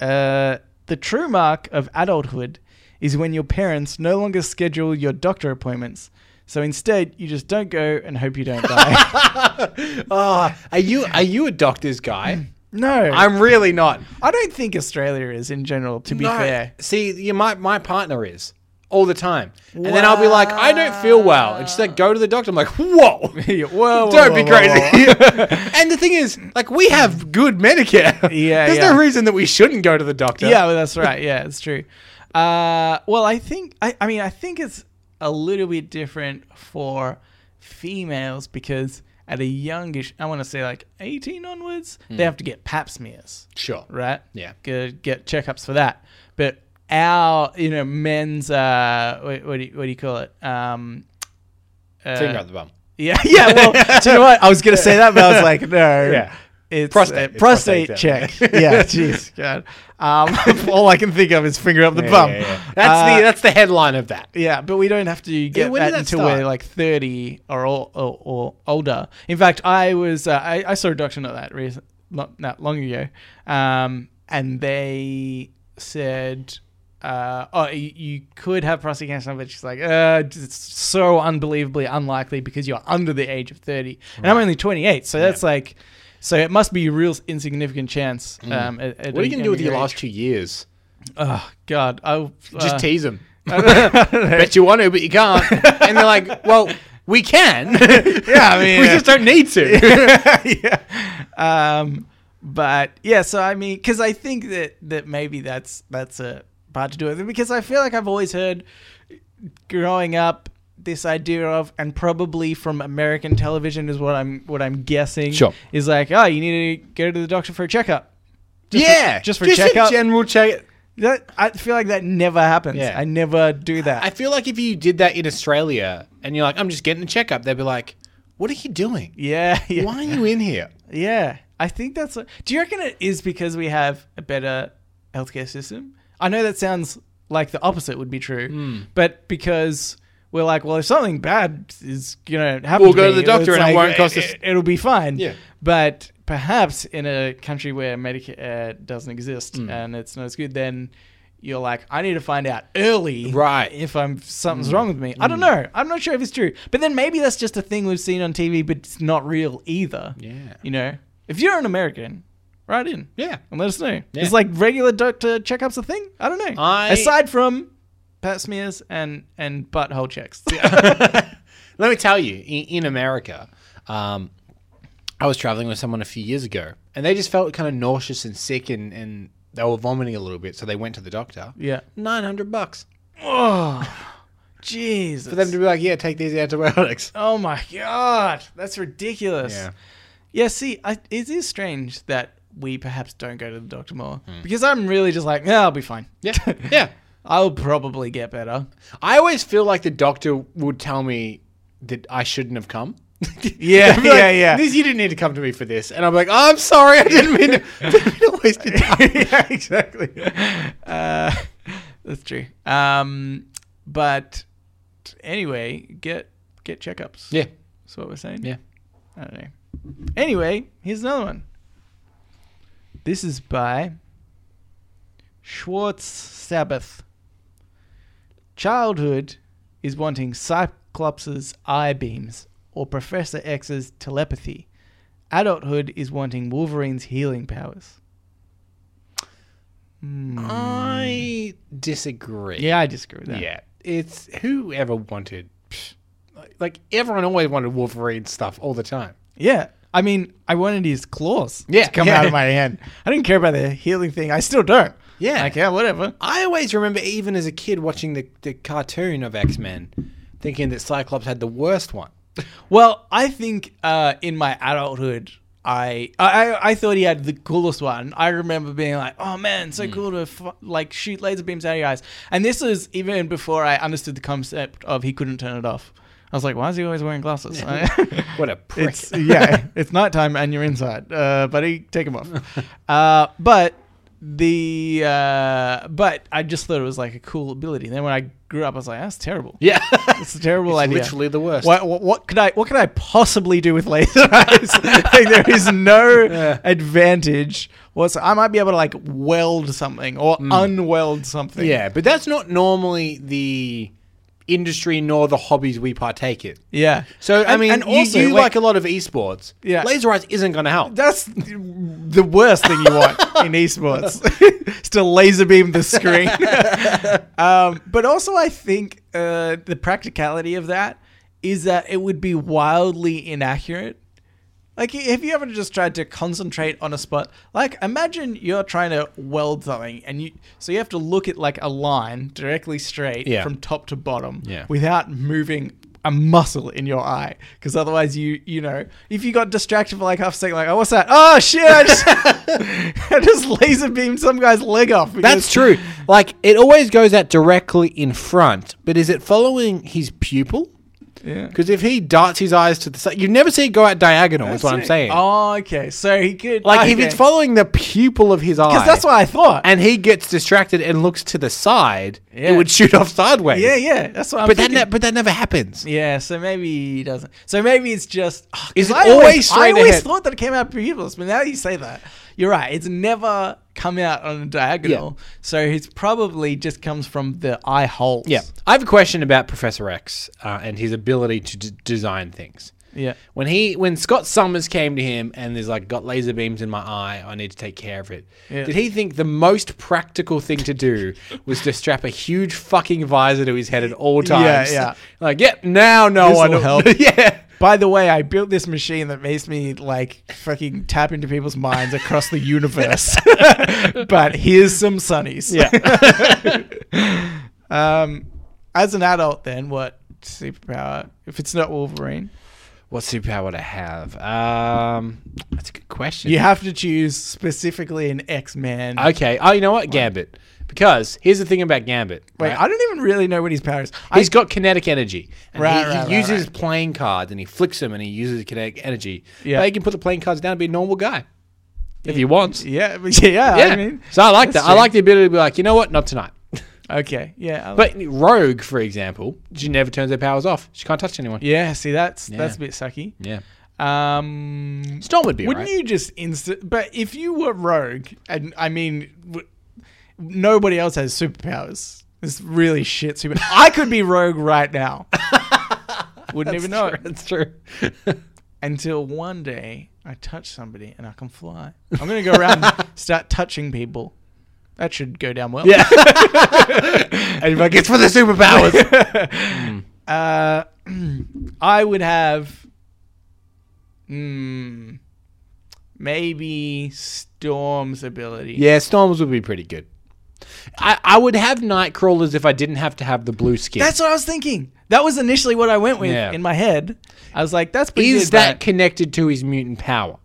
A: Uh, the true mark of adulthood is when your parents no longer schedule your doctor appointments. So instead, you just don't go and hope you don't die.
B: Ah, are you are you a doctor's
A: Mm.
B: guy?
A: no, I'm,
B: I'm really not.
A: I do not think Australia is in general. To be
B: No.
A: fair,
B: See, you, my my partner is all the time, and then I'll be like, I don't feel well, and she's like, go to the doctor. I'm like, whoa,
A: Yeah, whoa, whoa,
B: don't
A: whoa,
B: be
A: whoa,
B: crazy. and the thing is, like, we have good Medicare.
A: Yeah,
B: there's
A: yeah.
B: no reason that we shouldn't go to the doctor.
A: Yeah, well, that's right. Yeah, it's true. Uh, well, I think I, I mean I think it's a little bit different for females because at a youngish, I want to say like eighteen onwards,
B: Hmm.
A: they have to get pap smears,
B: sure.
A: right?
B: Yeah.
A: get, get checkups for that. But our you know men's uh, what, what, do you, what do you call it? Um, uh,
B: Finger up the bum.
A: yeah, yeah. Well, do you know what? I was gonna say that, but I was like, no.
B: Yeah.
A: It's
B: Prostate.
A: prostate,
B: It's
A: prostate,
B: prostate
A: check. yeah, jeez, God. Um, all I can think of is finger up the bum.
B: Yeah, yeah, yeah. That's
A: Uh,
B: the that's the headline of that.
A: yeah, but we don't have to get
B: when
A: that
B: did that
A: until
B: start?
A: we're like thirty or or, or, or older. In fact, I was uh, I, I saw a doctor not that recent, not that long ago, um, and they said, uh, "Oh, you, you could have prostate cancer," but she's like, uh, "It's so unbelievably unlikely because you're under the age of thirty, and I'm only twenty eight, so that's like." So it must be a real insignificant chance. Um, at, at
B: Mm. What are
A: a
B: you gonna do with
A: younger
B: your
A: age.
B: last two years?
A: Oh God, uh, I
B: Just tease them. Bet you want to, but you can't. and they're like, well, we can.
A: Yeah, I mean,
B: we just don't need to.
A: um, but yeah, so I mean, because I think that that maybe that's that's a part to do with it because I feel like I've always heard growing up this idea of and probably from American television is what I'm what I'm guessing
B: Sure.
A: is like oh you need to go to the doctor for a checkup for-
B: yeah,
A: just for
B: a
A: checkup?
B: general check.
A: that I feel like that never happens
B: Yeah.
A: I never do that
B: I feel like if you did that in Australia and you're like, I'm just getting a checkup, they'd be like, What are you doing?
A: yeah, yeah
B: Why are you in here?
A: Yeah, I think that's. A, do you reckon it is because we have a better healthcare system? I know that sounds like the opposite would be true,
B: Hmm.
A: but because we're like, well, if something bad is you know happen,
B: We'll go to the
A: me,
B: doctor
A: it's
B: and
A: like,
B: it won't cost us-
A: It, will be fine.
B: Yeah.
A: but perhaps in a country where Medicare doesn't exist
B: Hmm.
A: and it's not as good, then you're like, I need to find out early,
B: Right. Hmm.
A: If I'm something's wrong with me, I don't know. I'm not sure if it's true, but then maybe that's just a thing we've seen on TV, but it's not real either.
B: Yeah.
A: you know, if you're an American, write in,
B: Yeah.
A: and let us know.
B: Yeah.
A: It's like regular doctor checkups a thing. I don't know.
B: I-
A: Aside from pap smears and and butthole checks.
B: Let me tell you, in, in America, um, I was traveling with someone a few years ago, and they just felt kind of nauseous and sick, and, and they were vomiting a little bit, so they went to the doctor.
A: yeah.
B: Nine hundred bucks
A: Oh, Jesus.
B: for them to be like, yeah, take these antibiotics.
A: Oh my god, that's ridiculous.
B: Yeah.
A: Yeah, see, I, it is strange that we perhaps don't go to the doctor more because I'm really just like, yeah, I'll be fine.
B: Hmm. Yeah, yeah.
A: I'll probably get better.
B: I always feel like the doctor would tell me that I shouldn't have come.
A: Yeah,
B: They'd be like, This, you didn't need to come to me for this, and I'm like, oh, I'm sorry, I didn't mean to, didn't mean to waste your time.
A: yeah, exactly. Uh, that's true. Um, but anyway, get get checkups.
B: Yeah,
A: That's what we're saying.
B: Yeah.
A: I don't know. Anyway, here's another one. This is by Schwartz Sabbath. Childhood is wanting Cyclops' eye beams or Professor X's telepathy. Adulthood is wanting Wolverine's healing powers. Hmm.
B: I disagree.
A: Yeah, I disagree with that.
B: Yeah, it's whoever wanted. psh, Like everyone always wanted Wolverine stuff all the time.
A: Yeah. I mean, I wanted his claws
B: Yeah,
A: to come
B: yeah.
A: out of my hand. I didn't care about the healing thing. I still don't.
B: Yeah.
A: Like, yeah, whatever.
B: I always remember, even as a kid, watching the, the cartoon of X Men, thinking that Cyclops had the worst one.
A: Well, I think uh, in my adulthood, I, I I- I thought he had the coolest one. I remember being like, "Oh man,
B: Mm.
A: so cool to f- like shoot laser beams out of your eyes." And this was even before I understood the concept of he couldn't turn it off. I was like, "Why is he always wearing glasses?"
B: What a prick!
A: it's yeah, it's nighttime and you're inside, uh, buddy. Take them off. Uh, but the uh, but I just thought it was like a cool ability. then when I grew up, I was like, "That's terrible."
B: yeah,
A: It's a terrible idea.
B: literally the worst.
A: What, what, what could I what could I possibly do with laser eyes? like, there is no advantage. What's I might be able to like weld something or unweld something.
B: Mm. yeah, but that's not normally the industry nor the hobbies we partake in.
A: yeah.
B: So I
A: And-
B: mean,
A: and
B: you,
A: also,
B: you
A: like-
B: like a lot of esports.
A: Yeah.
B: laser eyes isn't going to help.
A: That's the worst thing you want in esports. is to laser beam the screen. um, but also, I think uh, the practicality of that is that it would be wildly inaccurate. Like, have you ever just tried to concentrate on a spot? Like, imagine you're trying to weld something, and you so you have to look at like a line directly straight
B: Yeah.
A: from top to bottom
B: Yeah.
A: without moving a muscle in your eye. Because otherwise, you you know, if you got distracted for like half a second, like, oh, what's that? Oh shit! I just, I just laser beamed some guy's leg off.
B: That's true. Like it always goes out directly in front, but is it following his pupil?
A: Yeah.
B: Because if he darts his eyes to the side, you never see it go out diagonal. is what I'm saying.
A: Oh, okay. So he could
B: like if
A: okay.
B: it's following the pupil of his eye,
A: 'Cause that's what I thought.
B: and he gets distracted and looks to the side,
A: Yeah.
B: it would shoot off sideways.
A: yeah, yeah. That's what I'm.
B: But that,
A: thinking.
B: ne- but that never happens.
A: Yeah, so maybe he doesn't. So maybe it's just. Oh, 'cause
B: Is it
A: I
B: always
A: I
B: straight
A: always
B: ahead?
A: thought that it came out pupils, but now you say that, you're right. It's never come out on a diagonal, so it's probably just comes from the eye holes.
B: Yeah. I have a question about Professor X uh, and his ability to d- design things.
A: yeah,
B: When he when Scott Summers came to him and there's like got laser beams in my eye, I need to take care of it.
A: Yeah.
B: Did he think the most practical thing to do was to strap a huge fucking visor to his head at all times?
A: yeah.
B: Like, yep, now no
A: This'll
B: one will
A: help.
B: yeah.
A: By the way, I built this machine that makes me like fucking tap into people's minds across the universe. but here's some sunnies.
B: Yeah.
A: Um, as an adult, then what superpower? If it's not Wolverine,
B: what superpower would I have? Um, that's a good question.
A: you have to choose specifically an X Man.
B: Okay. Oh, you know what? Gambit. Because here's the thing about Gambit.
A: Wait,
B: right?
A: I don't even really know what his power is. I,
B: He's got kinetic energy. And
A: Right,
B: he,
A: right, right,
B: he uses playing cards and he flicks them and he uses kinetic energy.
A: Yeah.
B: Yeah. he can put the playing cards down and be a normal guy if he wants. Yeah.
A: yeah, but yeah, yeah. I mean,
B: so I like that.
A: that's
B: I
A: true.
B: like the ability to be like, you know what? Not tonight.
A: Okay, yeah, I like-
B: But Rogue, for example, she never turns her powers off. She can't touch anyone.
A: yeah. See, that's
B: Yeah.
A: that's a bit sucky.
B: Yeah.
A: Um,
B: Stormwood,
A: wouldn't you just instant? But if you were rogue, and I mean, w- nobody else has superpowers. It's really shit. Super. I could be rogue right now. Wouldn't even know it
B: That's true.
A: until one day I touch somebody and I can fly. I'm gonna go around and start touching people. That should go down well.
B: yeah. and like, it's for the superpowers.
A: Uh, I would have, mm, maybe Storm's ability.
B: yeah, storms would be pretty good. I, I would have night crawlers if I didn't have to have the blue skin.
A: That's what I was thinking. That was initially what I went with
B: Yeah.
A: in my head. I was like, "That's pretty
B: Is
A: good,
B: that
A: but-
B: connected to his mutant power?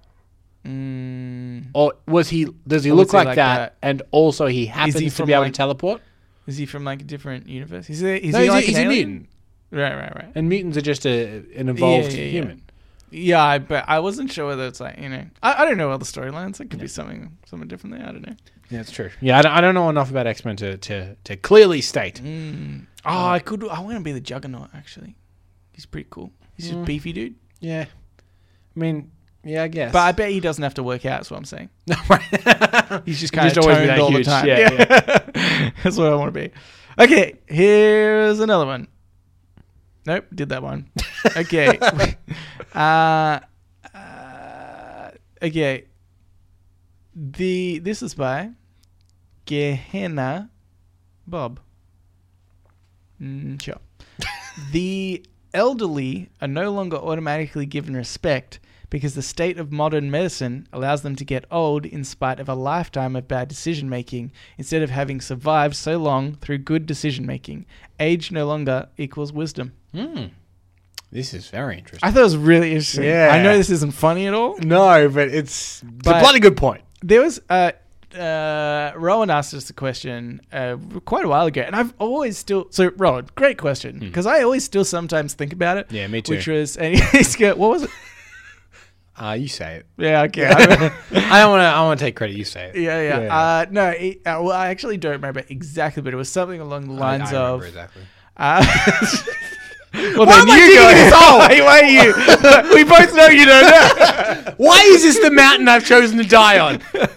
B: Or was he? Does he
A: Mm. Or was
B: look
A: he
B: like,
A: like
B: that? And also, he happens to
A: from,
B: be able
A: like-
B: to teleport.
A: is he from like a different universe? Is he, is
B: No,
A: he
B: he's, a-
A: like
B: he's
A: an
B: a
A: alien?
B: mutant,
A: Right, right, right.
B: and mutants are just a, an evolved
A: yeah, yeah.
B: human.
A: Yeah, I- but I wasn't sure whether it's like you know, I, I don't know all the storylines. It could be something something different there. I don't know.
B: Yeah, that's true. Yeah, I don't, I don't know enough about X Men to, to to clearly state.
A: Oh,
B: Um,
A: I could. I want to be the Juggernaut. Actually, he's pretty cool. He's
B: Mm.
A: just beefy dude.
B: Yeah, I mean, yeah, I guess.
A: But I bet he doesn't have to work out. Is what I'm saying. He's just kind
B: Just
A: of
B: always be
A: toned
B: that
A: all
B: huge.
A: the time.
B: Yeah,
A: that's what I want to be. Okay, here's another one. Nope, did that one. Okay. uh, uh, okay. The this is by Gehenna Bob. Mm, sure. the elderly are no longer automatically given respect because the state of modern medicine allows them to get old in spite of a lifetime of bad decision making instead of having survived so long through good decision making. Age no longer equals wisdom.
B: this is very interesting.
A: I thought it was really interesting.
B: Yeah.
A: I know this isn't funny at all.
B: no, but it's, it's
A: But-
B: good point.
A: There was uh, uh, Rowan asked us a question uh, quite a while ago, and I've always still so Rowan, great question because I always still sometimes think about it.
B: Yeah, me too.
A: Which was and he's go- what was it?
B: Uh, you say it.
A: Yeah, okay. I remember.
B: I don't want to. I want to take credit. You say it.
A: yeah, yeah.
B: Yeah.
A: Uh, no, it, uh, well, I actually don't remember exactly, but it was something along the
B: I- I
A: lines
B: remember
A: of.
B: exactly.
A: Uh, well,
B: Why
A: then
B: am I
A: you
B: digging
A: go.
B: this
A: Oh, wait, why are you? we both know you don't know.
B: Why is this the mountain I've chosen to die on?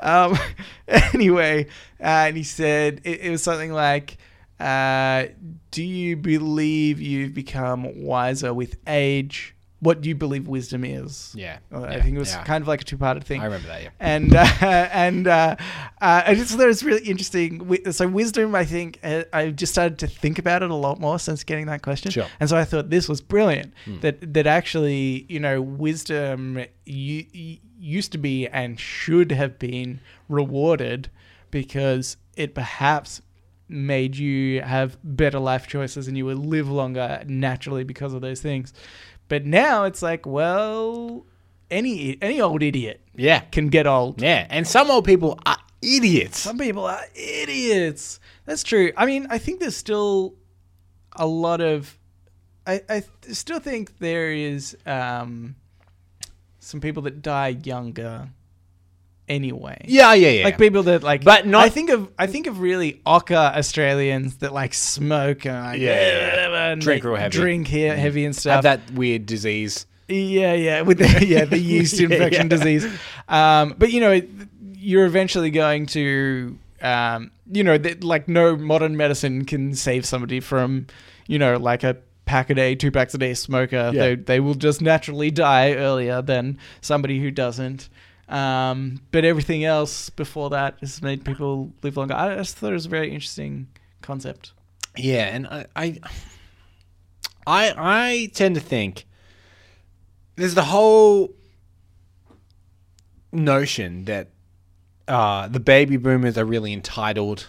A: Um, anyway, uh, and he said it, it was something like, uh, "Do you believe you've become wiser with age? What do you believe wisdom is?"
B: Yeah,
A: Uh, I
B: yeah,
A: think it was
B: yeah.
A: kind of like a two-parted thing.
B: I remember that. Yeah.
A: and uh, and uh, uh, I just thought it was really interesting. Wi- So wisdom, I think, uh, I've just started to think about it a lot more since getting that question.
B: Sure. Hmm.
A: And so I thought this was brilliant. That that actually, you know, wisdom you, used to be and should have been rewarded because it perhaps made you have better life choices and you would live longer naturally because of those things. But now it's like, well, any any old idiot
B: Yeah.
A: can get old.
B: Yeah. And some old people are idiots.
A: Some people are idiots. That's true. I mean, I think there's still a lot of. I, I th- still think there is um, some people that die younger anyway.
B: yeah, yeah, yeah.
A: Like people that like,
B: But not-
A: I think of I think of really ocker Australians that like smoke and like
B: Yeah, yeah, yeah.
A: and
B: Drink
A: they
B: real heavy.
A: drink here heavy and stuff.
B: have that weird disease.
A: Yeah, yeah, with the, yeah the yeast
B: Yeah,
A: infection
B: yeah.
A: disease. Um, but you know, it- you're eventually going to, um, you know, that like no modern medicine can save somebody from, you know, like a pack a day, two packs a day smoker.
B: Yeah.
A: They they will just naturally die earlier than somebody who doesn't. Um, but everything else before that has made people live longer. I just thought it was a very interesting concept.
B: Yeah, and I, I, I, I tend to think there's the whole notion that uh, the baby boomers are really entitled,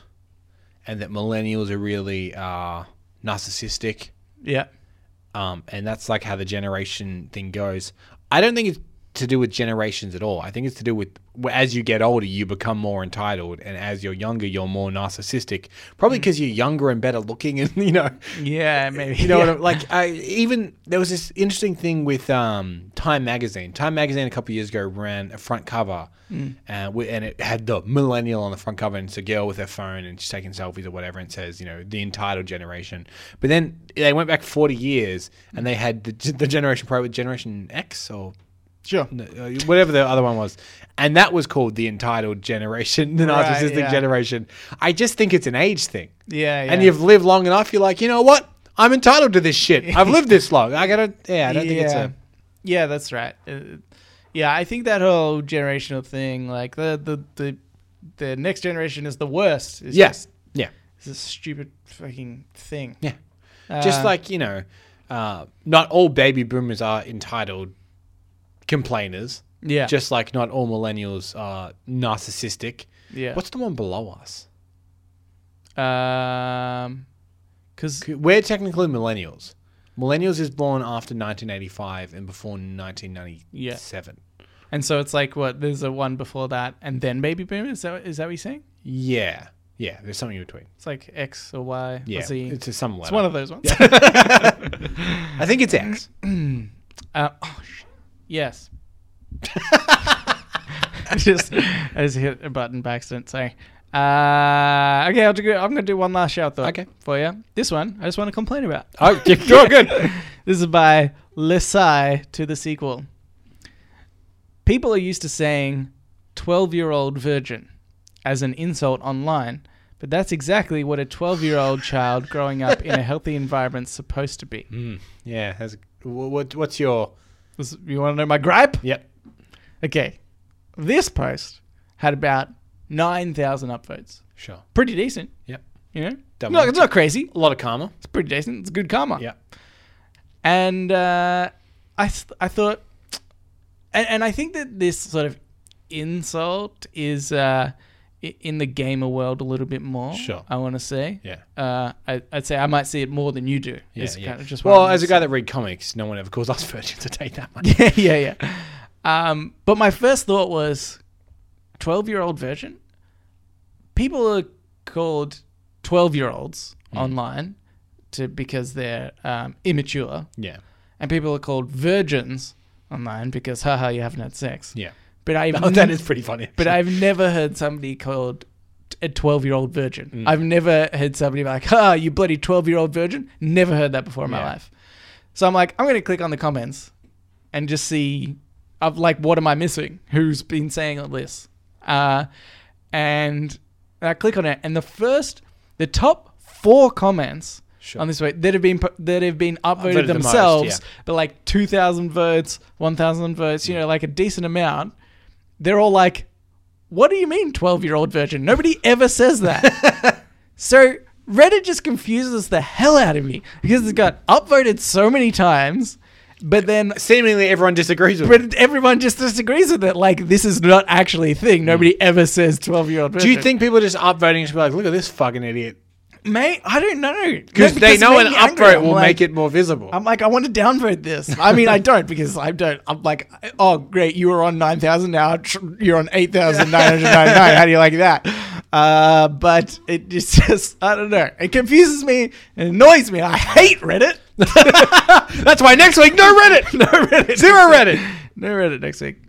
B: and that millennials are really uh, narcissistic.
A: Yeah.
B: um, and that's like how the generation thing goes. I don't think it's to do with generations at all. I think it's to do with well, as you get older, you become more entitled, and as you're younger, you're more narcissistic. Probably because you're younger and better looking, and you know,
A: Yeah, maybe.
B: you know
A: yeah.
B: what I'm like. I even there was this interesting thing with um, Time Magazine. Time Magazine a couple years ago ran a front cover,
A: Mm.
B: uh, wi- and it had the millennial on the front cover, and it's a girl with her phone, and she's taking selfies or whatever, and it says, you know, the entitled generation. But then they went back 40 years, and they had the, the generation probably with Generation X or
A: Sure.
B: no, uh, whatever the other one was, and that was called the entitled generation, the
A: Right,
B: narcissistic
A: yeah.
B: generation. I just think it's an age thing.
A: Yeah, yeah.
B: And you've lived long enough, you're like, you know what? I'm entitled to this shit. I've lived this long. I gotta. Yeah, I don't think it's a.
A: yeah, that's right. Uh, yeah, I think that whole generational thing, like the the the, the next generation is the worst. It's
B: Yes.
A: just
B: Yeah.
A: it's a stupid fucking thing.
B: Yeah. just
A: Uh,
B: like you know, uh, not all baby boomers are entitled complainers.
A: yeah,
B: Just like not all millennials are narcissistic.
A: yeah.
B: What's the one below us?
A: Um, because
B: We're technically millennials. Millennials is born after 1985 and before 1997.
A: and so it's like what there's a one before that, and then baby boomers. Is that is that what you're saying?
B: Yeah. Yeah, there's something in between.
A: It's like X or Y
B: Yeah,
A: or Z.
B: it's a some letter.
A: It's one of those ones.
B: I think it's X.
A: Uh, oh, sh- yes. I just, I just hit a button by accident. Sorry. Uh, okay, I'll do, I'm going to do one last shout though
B: Okay.
A: for you. This one, I just want to complain about.
B: oh, yeah, sure, good.
A: This is by Lesai to the sequel. People are used to saying 12 year old virgin as an insult online, but that's exactly what a 12 year old child growing up in a healthy environment is supposed to be.
B: Yeah. That's, what, what's your?
A: This- You want to know my gripe?
B: Yep.
A: Okay. This post had about 9,000 upvotes.
B: Sure.
A: Pretty decent,
B: Yep.
A: you know?
B: Double
A: No,
B: it.
A: it's not crazy.
B: A lot of karma.
A: It's pretty decent. It's good karma.
B: Yep.
A: And uh, I, th- I thought, and, and I think that this sort of insult is uh, i- in the gamer world a little bit more.
B: Sure.
A: I want to say.
B: Yeah.
A: Uh, I, I'd say I might see it more than you do.
B: Yeah,
A: is
B: yeah.
A: kind of just what
B: well,
A: I'm
B: as a
A: saying.
B: guy that read comics, no one ever calls us virgins to take that much.
A: yeah, yeah, yeah. Um, but my first thought was 12 year old virgin. People are called 12 year olds
B: Mm.
A: online to because they're um, immature,
B: Yeah.
A: and people are called virgins online because, haha, you haven't had sex.
B: Yeah.
A: But I've,
B: Oh, that is pretty funny.
A: but I've never heard somebody called t- a 12 year old virgin.
B: Mm.
A: I've never heard somebody like, ha, you bloody 12 year old virgin. Never heard that before in my
B: Yeah.
A: life. So I'm like, I'm going to click on the comments and just see, of like, what am I missing? Who's been saying all this? Uh, and I click on it, and the first, the top four comments
B: Sure.
A: on this way that have been pu- that have been upvoted
B: Upvoted the most,
A: themselves,
B: yeah.
A: but like two thousand votes, one thousand votes, you know, like a decent amount. They're all like, "What do you mean, twelve-year-old virgin?" Nobody ever says that. so Reddit just confuses the hell out of me because it's got upvoted so many times, but then
B: Seemingly everyone disagrees with. it.
A: but everyone just disagrees with it. Like this is not actually a thing. Nobody ever says twelve-year-old virgin.
B: Mm. Do you think people are just upvoting and just be like, look at this fucking idiot?
A: mate? I don't know No,
B: Because they
A: it
B: know
A: made
B: an
A: me angry.
B: upvote
A: I'm
B: will
A: like-
B: make it more visible.
A: I'm like, I want to downvote this. I mean, I don't because I don't. I'm like, oh, great, you were on 9,000 now. tr- You're on 8,999. How do you like that? Uh, but it just, just, I don't know. It confuses me. It annoys me. I hate Reddit.
B: That's why next week, no Reddit. no Reddit. Zero Reddit.
A: no Reddit next week.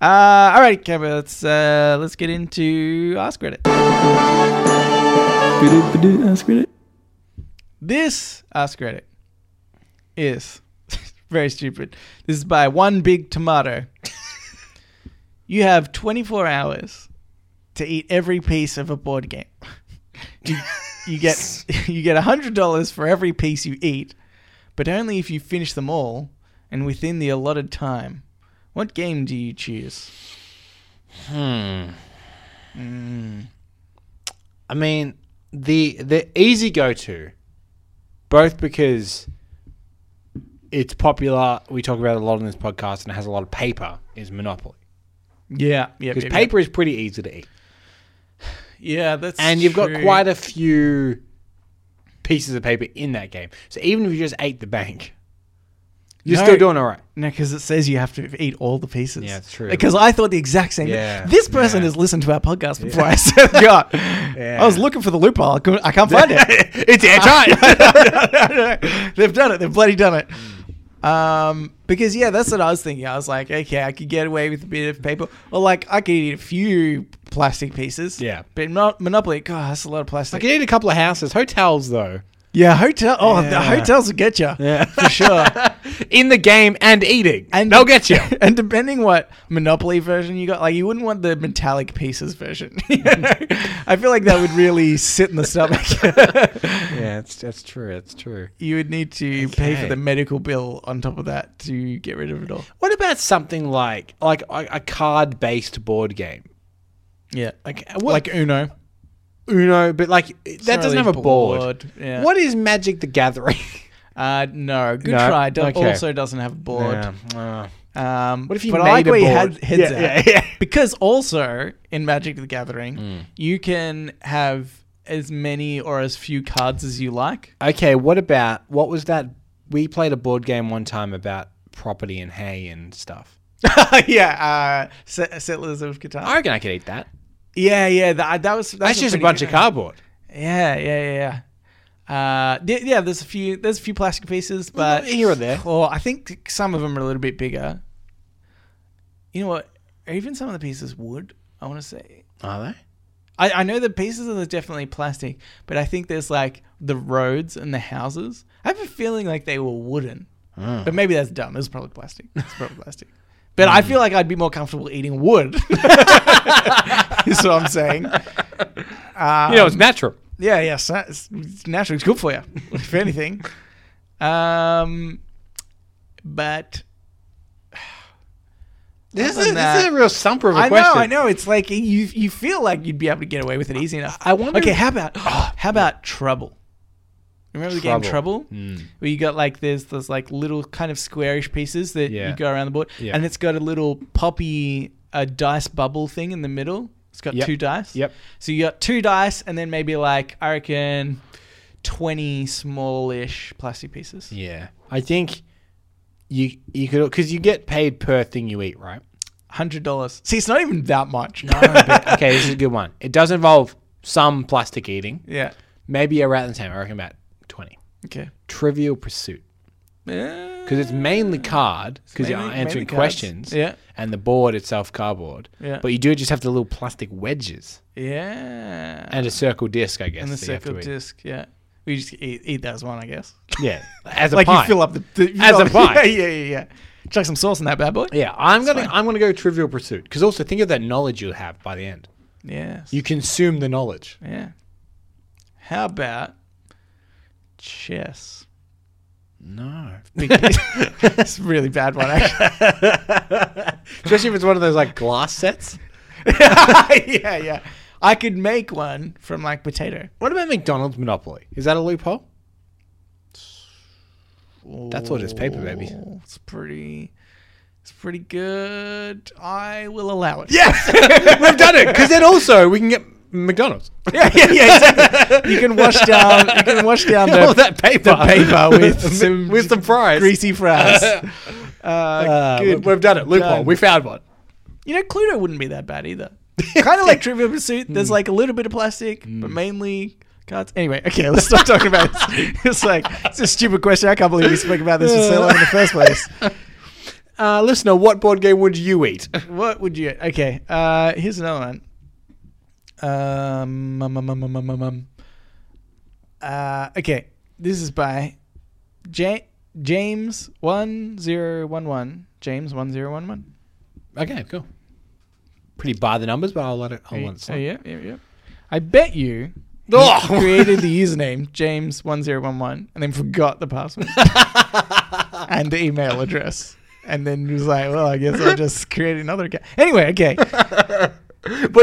A: Uh, all right, Kemba, let's, uh, let's get into Ask Reddit. Ask Reddit. This Ask Reddit is very stupid. This is by One Big Tomato. you have 24 hours to eat every piece of a board game. you, you get you get $100 for every piece you eat, but only if you finish them all and within the allotted time. What game do you choose?
B: I mean, the the easy go to, both because it's popular. We talk about it a lot on this podcast, and it has a lot of paper. Is Monopoly
A: Yeah, yeah,
B: because paper is pretty easy to eat,
A: Yeah, that's
B: and you've got quite a few pieces of paper in that game. So even if you just ate the bank, You're
A: No.
B: still doing all right.
A: No, because it says you have to eat all the pieces.
B: Yeah, it's true.
A: Because I thought the exact same.
B: Yeah,
A: This person
B: yeah.
A: has listened to our podcast before I said God. I was looking for the loophole. I, couldn't, I can't find it.
B: it's
A: They've done it. They've bloody done
B: Hmm.
A: it. Um, because yeah, that's what I was thinking. I was like, okay, I could get away with a bit of paper, or like I could eat a few plastic pieces.
B: Yeah.
A: but not Monopoly. God, that's a lot of
B: I
A: plastic.
B: can eat a couple of houses, hotels though.
A: yeah, hotel. Oh, the
B: Yeah.
A: hotels will get you.
B: Yeah.
A: for sure.
B: In the game and eating.
A: And-
B: And they'll get you.
A: and depending what Monopoly version you got, like you wouldn't want the metallic pieces version. you know? I feel like that would really sit in the stomach.
B: yeah, it's, that's true. That's true.
A: you would need to pay for
B: Okay.
A: the medical bill on top of that to get rid of it all.
B: What about something like like a, a card based board game?
A: Yeah,
B: Like uh, what,
A: like Uno.
B: Uno, but like that doesn't
A: really
B: have a board.
A: board, yeah.
B: What is Magic the Gathering?
A: Uh, no, good
B: No?
A: try. do
B: Okay.
A: Also doesn't have a board.
B: Yeah. uh,
A: Um,
B: What if you
A: but
B: made
A: I like
B: a
A: where your
B: board?
A: head- heads
B: Yeah,
A: at.
B: yeah, yeah.
A: Because also in Magic the Gathering,
B: Mm.
A: you can have as many or as few cards as you like.
B: Uh, okay, what about what was that? We played a board game one time about property and hay and stuff.
A: yeah, uh, Set- Settlers of Catan.
B: I reckon I could eat that.
A: Yeah, yeah, that, that was
B: That's
A: was
B: just a
A: pretty
B: bunch
A: good
B: of
A: one.
B: cardboard.
A: Yeah, yeah, yeah, yeah. Uh, th- yeah, there's a few, there's a few plastic pieces, but
B: here or there.
A: Oh, I think some of them are a little bit bigger. You know what? Even some of the pieces wood. I want to say.
B: Are they?
A: I, I know the pieces are definitely plastic, but I think there's like the roads and the houses. I have a feeling like they were wooden, but maybe that's dumb. It's probably plastic. It's probably plastic. But I feel like I'd be more comfortable eating wood. Is what I'm saying.
B: you know, it's natural.
A: Yeah, yeah, so it's, it's natural. It's good for you, if anything. Um, but
B: This
A: Other
B: is,
A: than
B: this is
A: that-
B: a real stumper of a
A: I know,
B: question.
A: I know. It's like you you feel like you'd be able to get away with it easy enough.
B: I wonder- Oh.
A: Okay, how about how about Trouble? Remember the game Trouble,
B: Trouble. Hmm.
A: where you got like there's those like little kind of squarish pieces that
B: Yeah.
A: you go around the board,
B: Yeah.
A: and it's got a little poppy a dice bubble thing in the middle. It's got
B: Yep.
A: two dice.
B: Yep.
A: So you got two dice, and then maybe like I reckon twenty smallish plastic pieces.
B: Yeah, I think you you could because you get paid per thing you eat, right?
A: Hundred dollars. See, it's not even that much.
B: okay, this is a good one. It does involve some plastic eating,
A: yeah.
B: maybe around the same. I reckon about twenty.
A: Okay.
B: Trivial Pursuit
A: Because
B: because it's mainly card because you're
A: Mm. mainly- mainly
B: answering
A: cards.
B: questions.
A: Yeah.
B: and the board itself cardboard.
A: Yeah.
B: but you do just have the little plastic wedges
A: yeah.
B: and a circle disc, I guess.
A: And the
B: that you have to
A: circle
B: eat.
A: disc, yeah. We just eat, eat that as one, I guess.
B: Yeah, as a
A: like
B: pie.
A: you fill up the, the you
B: As
A: fill
B: a
A: up-
B: pie.
A: Yeah, yeah, yeah, yeah. Chuck some sauce in that bad boy.
B: yeah, I'm gonna I'm gonna go Trivial Pursuit because also think of that knowledge you'll have by the end.
A: Yes.
B: You consume the knowledge.
A: yeah. How about chess?
B: No,
A: it's a really bad one, actually.
B: Especially if it's one of those like glass sets.
A: yeah, yeah. I could make one from like potato.
B: What about McDonald's Monopoly? Is that a loophole? That's what it's paper, baby.
A: Ooh, It's pretty. It's pretty good. I will allow it.
B: Yes, we've done it. Because then also we can get McDonald's.
A: yeah, yeah, yeah. Exactly. You can wash down. You can wash down the
B: All that paper,
A: paper with some
B: with some fries.
A: greasy fries.
B: Uh,
A: good.
B: We've done it. Loophole.
A: Done.
B: We found one.
A: you know, Cluedo wouldn't be that bad either. kind of like Trivial Pursuit. There's like a little bit of plastic, but mainly cards. Anyway, okay, let's stop talking about this. It's like it's a stupid question. I can't believe we spoke about this for so long in the first place.
B: Uh, listener, what board game would you eat?
A: What would you? Okay, uh, here's another one. Um, um, um, um, um, um, um, um. Uh, okay, this is by ja- James one zero one one. James one zero one one.
B: okay, cool. Pretty by the numbers, but I'll let it. I'll let it
A: Oh
B: slide.
A: yeah, yeah, yeah. I bet you he
B: Oh!
A: created the username James one zero one one and then forgot the password and the email address. And then he was like, "Well, I guess I'll just create another account." Anyway, okay,
B: But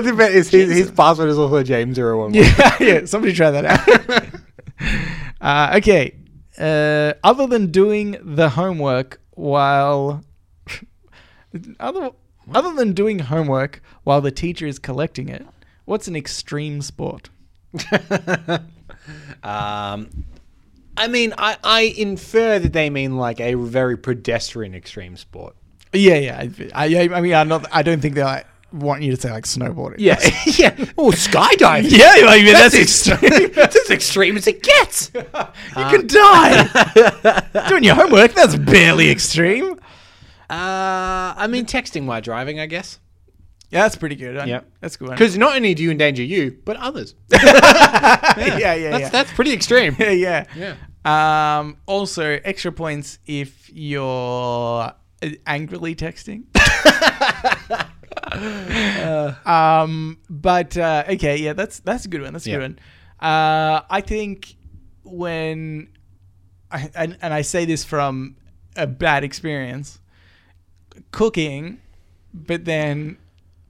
B: the bet is his, his password is also James zero one one.
A: yeah, yeah. Somebody try that out. uh, okay. Uh, other than doing the homework while, other other than doing homework while the teacher is collecting it, what's an extreme sport?
B: Um, I mean, I, I infer that they mean like a very pedestrian extreme sport.
A: Yeah, yeah. I, I, I mean, I'm not. I don't think they like, want you to say like snowboarding.
B: Yeah, yeah. Oh, skydiving.
A: yeah. I mean, that's,
B: extreme. that's as extreme as it gets.
A: you can die. Doing your homework. That's barely extreme.
B: Uh, I mean, texting while driving, I guess.
A: Yeah, that's pretty good. I-
B: Yep.
A: that's a good. one.
B: Because not only do you endanger you, but others.
A: yeah, yeah, yeah.
B: That's, that's pretty extreme.
A: yeah, yeah.
B: Yeah.
A: Um, also, extra points if you're uh, angrily texting. um, but uh, okay, yeah, that's that's a good one. That's a
B: Yeah.
A: good one. Uh, I think when, I, and and I say this from a bad experience, cooking, but then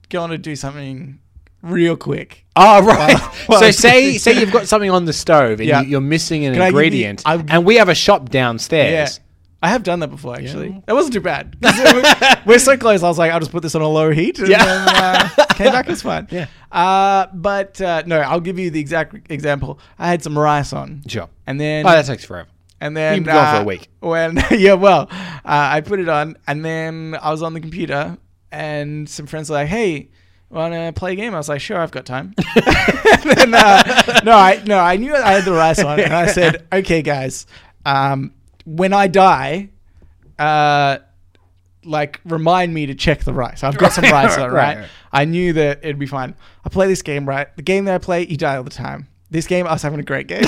A: going to do something real quick.
B: Oh, right.
A: Well-
B: so say say you've got something on the stove and
A: Yeah.
B: you, you're missing an
A: Can I give you-
B: ingredient,
A: I would-
B: and we have a shop
A: Yeah.
B: downstairs.
A: I have done that before, actually. That wasn't too bad. 'Cause we're- We're so close. I was like, I'll just put this on a low heat. And
B: Yeah.
A: then, uh, came back as fine.
B: Yeah.
A: Uh, but uh, no, I'll give you the exact example. I had some rice on.
B: Sure.
A: And then,
B: Oh, that takes forever.
A: and then
B: you've been gone for a
A: uh,
B: week.
A: When yeah, well, uh, I put it on, and then I was on the computer, and some friends were like, "Hey, wanna play a game?" I was like, "Sure, I've got time." and then, uh, no, I no, I knew I had the rice on, and I said, "Okay, guys, um, when I die, uh, like remind me to check the rice. I've got some rice on,
B: right,
A: right?
B: right.
A: I knew that it'd be fine. I play this game, right? The game that I play, you die all the time. This game, I was having a great game.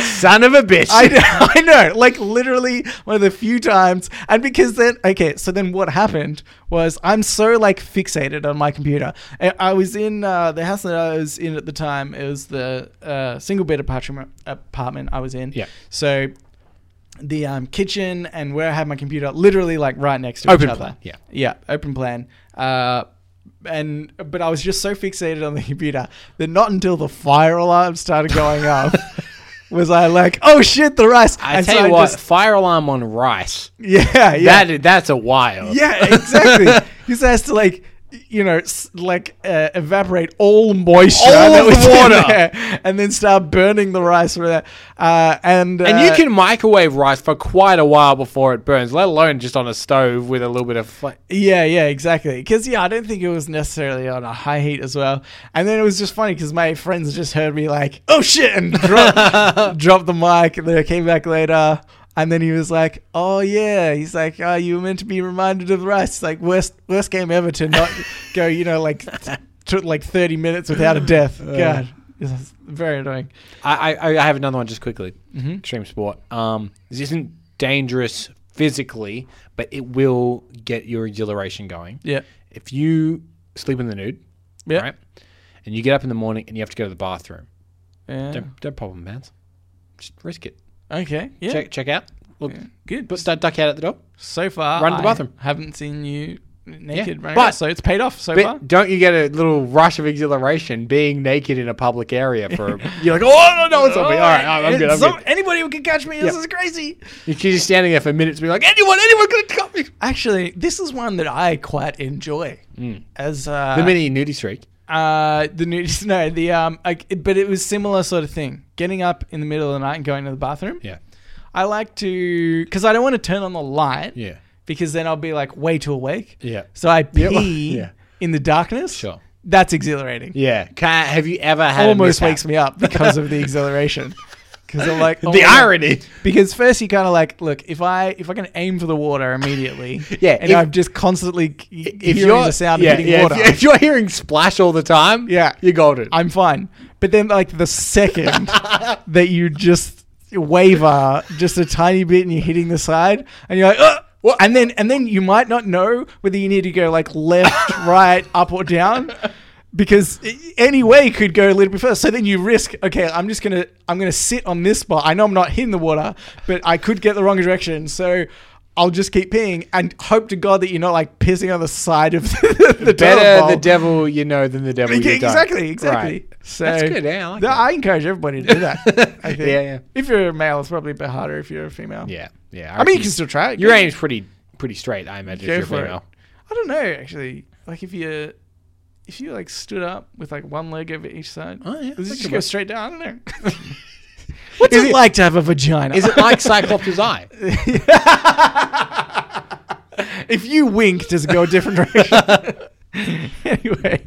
B: Son of a bitch.
A: I know, I know. Like literally one of the few times. And because then, okay, so then what happened was I'm so like fixated on my computer. I, I was in uh, the house that I was in at the time. It was the uh, single bed apartment apartment I was in.
B: Yeah.
A: So the um, kitchen and where I had my computer, literally like right next to
B: Open
A: each other.
B: plan, yeah.
A: Yeah. Open plan. Uh, and but I was just so fixated on the computer that not until the fire alarm started going off was I like, oh shit, the rice.
B: I
A: And
B: tell
A: so
B: you what,
A: just-
B: fire alarm on rice.
A: yeah, yeah,
B: That that's a wild.
A: yeah, exactly. he just has to like, you know, s- like uh, evaporate all moisture,
B: All
A: that
B: the
A: was in
B: water.
A: there and then start burning the rice with that. Uh, and
B: And you
A: uh,
B: can microwave rice for quite a while before it burns, let alone just on a stove with a little bit of fl-
A: Yeah, yeah, exactly. Because yeah, I don't think it was necessarily on a high heat as well. And then it was just funny because my friends just heard me like, "Oh shit!" and drop, dropped the mic. And then I came back later, and then he was like, "Oh yeah," he's like, "Oh, you were meant to be reminded of the rest. Like worst worst game ever to not go, you know, like t- took like thirty minutes without a death.
B: Uh.
A: God, this is very annoying.
B: I, I, I have another one just quickly. Extreme sport. Um, this isn't dangerous physically, but it will get your exhilaration going.
A: Yeah,
B: If you sleep in the nude,
A: yeah,
B: right, and you get up in the morning and you have to go to the bathroom,
A: yeah.
B: don't, don't problem, man. Just risk it.
A: Okay, yeah,
B: Check check out. Look,
A: good.
B: but start duck out at the door.
A: So far,
B: Run to the
A: I
B: bathroom.
A: Haven't seen you naked,
B: Yeah,
A: running
B: but-
A: around, so it's paid off so far.
B: But don't you get a little rush of exhilaration being naked in a public area for? you're like, oh no, no, it's on me. All right, I'm, I'm good. I'm
A: Some-
B: good.
A: Anybody who can catch me, this
B: Yep.
A: is crazy.
B: You're just standing there for minutes, being like, anyone, anyone, gonna cut me?
A: Actually, this is one that I quite enjoy. As uh,
B: Mm. The mini nudie streak.
A: uh, the news, no, the um, like, it- but it was similar sort of thing. Getting up in the middle of the night and going to the bathroom.
B: Yeah.
A: I like to, because I don't want to turn on the light.
B: Yeah.
A: Because then I'll be like way too awake.
B: Yeah.
A: So I
B: Yeah, well,
A: pee
B: yeah.
A: in the darkness.
B: Sure.
A: That's exhilarating.
B: Yeah. Can, have you ever had
A: Almost
B: a mishap?
A: wakes me up because of the exhilaration. Because I'm like oh
B: the
A: my God.
B: irony?
A: Because first you kind of like, look, if I if I can aim for the water immediately,
B: Yeah,
A: and
B: if-
A: I'm just constantly c-
B: If
A: hearing
B: you're
A: the sound
B: yeah,
A: of hitting
B: yeah,
A: water,
B: If, if you're hearing splash all the time,
A: Yeah.
B: you're golden.
A: I'm fine. But then like the second that you just waver just a tiny bit and you're hitting the side, and you're like, Ugh!
B: What?
A: and then and then you might not know whether you need to go like left, right, up or down. Because i- any way could go a little bit further. So then you risk, okay, I'm just gonna I'm gonna sit on this spot. I know I'm not hitting the water, but I could get the wrong direction. So I'll just keep peeing and hope to God that you're not like pissing on the side of the, the toilet
B: Better
A: bowl.
B: the devil you know than the devil
A: Yeah,
B: you don't.
A: exactly, exactly.
B: Right.
A: So
B: That's good, yeah, I like
A: No,
B: that.
A: encourage everybody to do that. I think.
B: Yeah, yeah.
A: If you're a male, it's probably a bit harder. If you're a female,
B: Yeah, yeah.
A: I mean, you
B: reckon
A: can still try it.
B: your
A: Go-
B: aim's pretty pretty straight. I imagine
A: go
B: if
A: for
B: you're
A: it.
B: female.
A: I don't know actually. Like if you, if you like stood up with like one leg over each side,
B: Oh, yeah,
A: does
B: that
A: it just
B: could
A: go
B: work.
A: straight down? I don't know. What's
B: Is
A: it,
B: it-
A: like to have a vagina?
B: Is it like Cyclops' eye?
A: if you wink, does it go a different direction? anyway,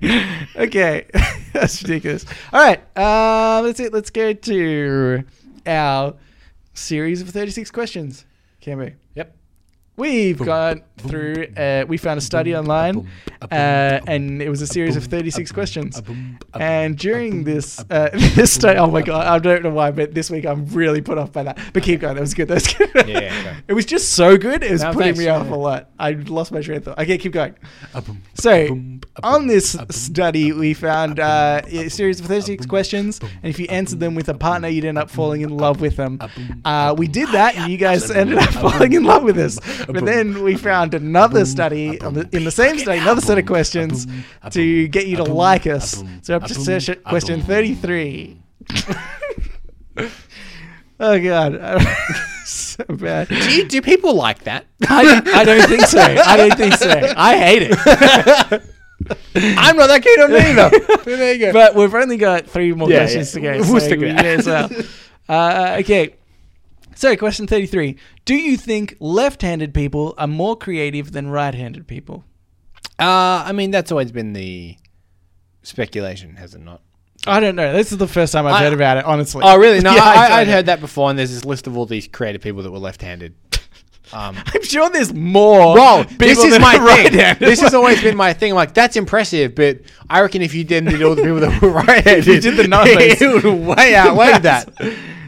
A: okay, that's ridiculous. All right, uh, that's it. Let's go to our series of thirty-six questions. Can we?
B: Yep.
A: We've gone through. Uh, we found a study online, uh, and it was a series of thirty-six questions. And during this, uh, this study, oh my god, I don't know why, but this week I'm really put off by that. But keep going. That was good. That was good.
B: Yeah, yeah, okay.
A: it was just so good. It was
B: No,
A: putting
B: thanks.
A: me off a lot. I lost my train of thought. Okay, keep going. So, on this study, we found uh, a series of 36 questions, and if you answered them with a partner, you'd end up falling in love with them. Uh, we did that, and you guys ended up falling in love with us. But then we found another study on the, in the same study, another set of questions to get you to like us. So, up to search it- question 33. oh, God. so bad.
B: Do, you, do people like that?
A: I don't, I don't think so. I don't think so. I hate it.
B: I'm not that keen on it either. there you go.
A: But we've only got three more
B: Yeah,
A: questions
B: yeah.
A: to go.
B: We'll
A: so
B: stick with
A: we
B: that.
A: may as well. Uh, okay. So, question 33. Do you think left handed people are more creative than right handed people?
B: uh, I mean, that's always been the speculation, has it not?
A: I don't know. This is the first time I've
B: I-
A: heard about it, honestly.
B: Oh, really? No,
A: Yeah,
B: I, I'd
A: don't know.
B: heard that before, and there's this list of all these creative people that were left-handed. Um,
A: I'm sure there's more.
B: Whoa,
A: people
B: this is
A: than
B: my
A: are
B: thing.
A: right-handed.
B: This has always been my thing. I'm like, that's impressive, but I reckon if you didn't do all the people that were right-handed,
A: You did the numbers.
B: it would way outweigh that.